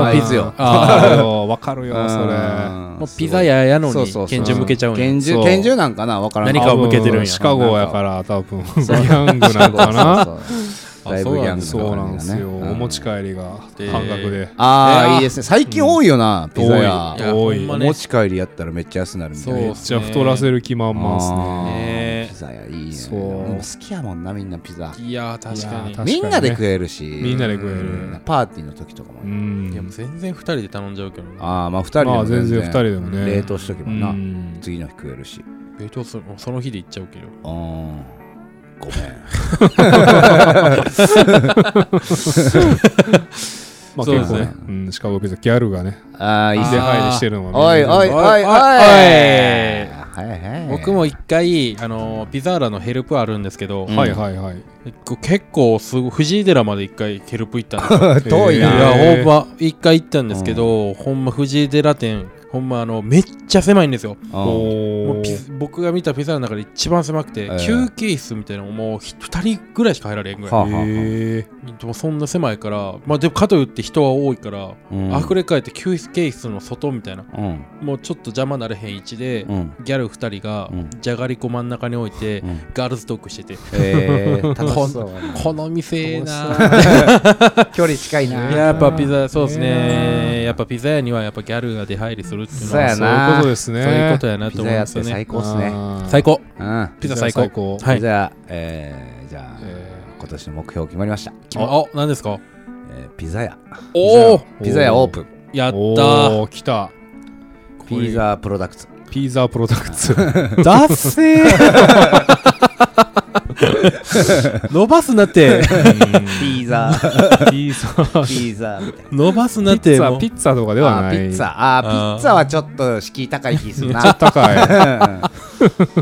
S2: あいつよ
S3: あーわかるよわかるよそれ
S2: うん
S4: もうピザ屋やの
S2: そう
S4: に
S2: そうそう
S4: 拳銃向けちゃうんや
S2: 拳銃
S3: そう
S2: 拳銃なんかなわからん
S4: 何かを向けてるんや
S3: 多分シカゴやから多分 ギャングな
S2: あ
S3: のかな
S2: そうそうそう
S4: あ
S2: だいぶギャング
S3: そうなんですよ
S2: うん
S3: お持ち帰りが
S4: で
S3: 半額で
S2: あ
S4: い
S2: あ
S4: や
S2: いいですね最近多いよな、ピザ
S4: い
S2: 屋
S4: や
S3: 多い
S4: ほん
S2: お
S4: まね
S2: 持ち帰りやったらめっちゃ安くなるみたいな
S4: そう
S3: めっちゃ太らせる気満々っすね
S2: あー
S4: ね
S2: ピザ屋いいね
S3: そう
S2: でも好きやもんなみんなピザ
S4: いやー確か
S3: い
S4: に
S3: やー確か
S2: みんなで
S3: ね
S2: 食えるし
S3: みんなで食え
S2: うん
S3: る
S2: パーティーの時とかも、
S3: うん
S4: いやもう全然二人で頼んじゃうけどね
S2: ああまあ2人で
S3: ま
S2: も
S3: あ全然2人でもね
S2: 冷凍しとけばな、
S3: うん
S2: 次の日食えるし
S4: 冷凍するその日で行っちゃうけど
S2: あーごめん
S4: そうで
S3: まあ結
S4: す
S3: 構
S4: ね
S3: ねうんシカゴピザギャルがね
S2: ああいい
S3: 出
S2: っすね
S3: 入りしてるのが
S2: おいおいおいお
S4: お
S2: い
S4: い
S2: はい
S4: おい
S2: はい
S4: 僕も一回あのーピザーラのヘルプあるんですけど
S3: はいはいはい
S4: 結構すごい藤井寺まで一回ヘルプ行ったんですよ
S2: 遠 い
S4: い
S2: な
S4: や
S3: へー
S4: ほんま一回行ったんですけど、ほんま藤井寺店ほんまあのめっちゃ狭いんですよ
S2: うん
S4: もう
S3: お
S4: ピ
S3: ー
S4: ザ僕が見たピザの中で一番狭くて、
S2: ええ
S4: 休憩室みたいなのももうひ2人ぐらいしか入られへんぐらい
S2: はあ
S3: へ
S4: でもそんな狭いからまあでもかといって人は多いから、
S2: うん
S4: あふれ返って休憩室の外みたいな
S2: うん
S4: もうちょっと邪魔なれへん位置で、
S2: うん
S4: ギャル2人が
S2: うん
S4: じゃがりこ真ん中に置いて、
S2: うん
S4: ガールズトークしてて
S2: えー楽しそうや
S4: この店ええなー
S2: な距離近い
S4: いや
S2: な
S4: やっぱピザそうです
S3: ね
S4: ねやっぱピザ屋にはやっぱギャルが出入りするっていうの
S2: そうや
S4: は
S2: な
S3: そういうことですね
S4: そういうことやな
S2: ピ
S4: と
S2: ザ
S4: 思うん
S2: 屋
S4: で
S2: っ
S4: すよ
S2: て
S4: ね
S2: 最高っすね
S3: あー
S4: 最高
S2: うん
S4: ピザ最高
S3: ピザ最高
S4: はい
S2: じゃあえーじゃ
S3: え
S2: あ今年の目標決まりました
S4: きまあ何ですか
S2: えーピザ屋
S4: おお
S2: ピザ屋オープン
S4: やったー
S3: おお来た
S2: ピザプロダクツ
S3: ピザプロダクツ
S4: だっせー伸ばすなって、
S2: ピザ
S3: ピザ
S2: ピザみたいな
S4: 伸ばす
S3: ピ
S4: なって、
S3: ッツァ
S4: もう
S3: ピッツァとかでは
S2: あ
S3: な
S2: ピ
S3: い
S2: ッツァあーピッツァはちょっと敷居高い気するな
S3: ちょっと高い
S4: 確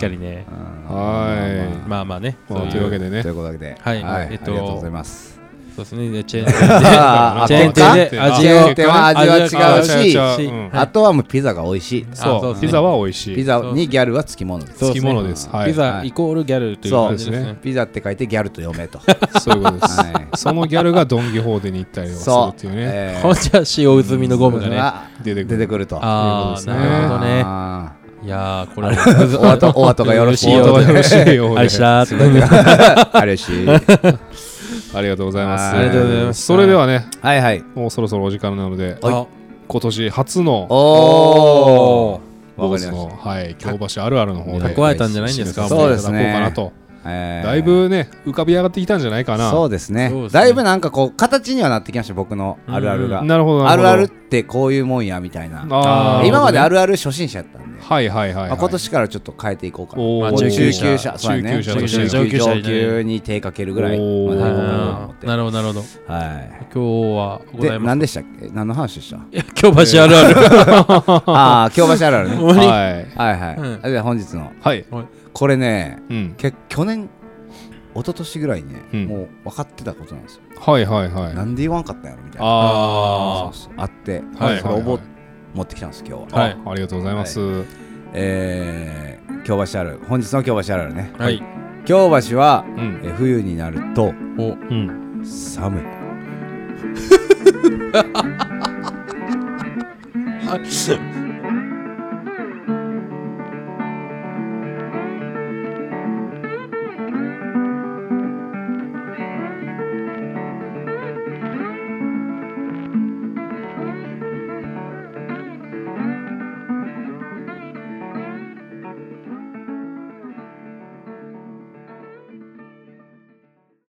S4: かにね。
S2: ね
S3: はい
S4: まあまあね。
S3: まあ
S4: そう
S3: というわけ
S4: で。
S3: でね
S2: ということでは
S4: はいえっと
S2: ありがとうございます
S4: そうですね。でチェーン店で
S2: あー
S4: チェーン店
S2: あ店
S4: で
S2: か
S4: 味
S2: チェー
S4: を
S2: ン。店は味は違うし
S3: あ
S4: し
S3: うん
S2: あとはもうピザが美味しい
S4: あそう
S3: そ
S4: で
S3: う
S4: す
S3: ピ
S4: ね
S3: ザは美味しい
S2: ピザにギャルはつきものです
S4: そう
S3: 付き物ですはい
S4: ピザ
S2: はい
S4: イコールギャルという感じです
S3: そう
S4: ね。
S2: ピザって書いてギャルと読めと
S3: そういうことです
S2: は
S3: そのギャルがドン・キホーテに行ったりと
S2: そ
S3: か
S2: う
S3: するっていうね。
S2: えー
S4: ほんじゃ使用済みのゴムがね。あ
S2: が
S3: 出てく
S2: 出
S3: る
S2: てくると
S4: あー、
S3: ということですね
S4: なるほどね。
S2: あ
S4: いやー、これは。
S2: お後お後がよろしいよ
S3: お後がよろしいようで
S4: ありした。
S2: ー あれし
S3: ありがとうございます。
S2: はいありがとうご
S4: ざいました
S3: それではね、
S2: はいはい
S3: もうそろそろお時間なので、
S4: あ
S3: 今年初の
S2: おお
S3: 坊
S2: わ
S3: 主
S2: かりま
S3: の、
S2: し
S3: はい、京橋あるあるの方で、
S4: 蓄えたんじゃないんですか。
S3: 締めさせていただ
S2: そうですね
S3: こうかなと、
S2: たえー
S3: だいぶね、浮かび上がってきたんじゃないかな。
S2: そうですね
S4: そうですね
S2: だいぶなんかこう形にはなってきました僕のあるあるが
S3: なるほど、な
S2: あ
S3: る
S2: るある
S3: ほ
S2: っ
S3: ど。
S2: てこういうもんやみたいな
S3: あー
S2: 今まであ
S3: る
S2: るある初心者やったんで、
S3: ほどねはいはいはい、は
S2: まあ、
S3: い。
S2: 今年からちょっと変えていこうかな、
S3: おー
S4: まあ
S2: 中
S4: 中
S2: 級
S4: 級
S2: 者
S4: 者
S2: そうやね
S3: 中級者として
S2: 上級
S4: 上級者にね
S2: 上級に手かけるぐらいまでいこうかなと思って
S4: なるほど、なるほど。
S2: は
S4: 今日はご
S2: い
S4: ざ
S2: で
S4: います。
S2: 何でしたっけ何の話で した
S4: いや京橋あるある。
S2: ああ京橋あるあるね
S4: ほんまに
S3: はい。
S2: はいはい、
S4: うん
S2: で本日の
S3: はい。
S2: これね
S3: うん。
S2: け去年一昨年ぐらいね、
S3: うん
S2: もう分かってたことなんですよ、
S3: はいはいはい。
S2: なんで言わんかったんやろみたいな
S3: あ
S2: そうそうあって、
S3: あ。はい
S2: そ
S3: は
S2: れ
S3: い
S2: を
S3: は
S2: 覚
S3: い。
S2: 持ってきたんです今日は、
S4: はい
S3: あありがとうございます。
S2: えー、京橋ある本日の京橋あるあるね
S4: はい。
S2: 京橋は
S3: うん。
S2: えー冬になると
S4: お、
S3: うん。
S2: 寒い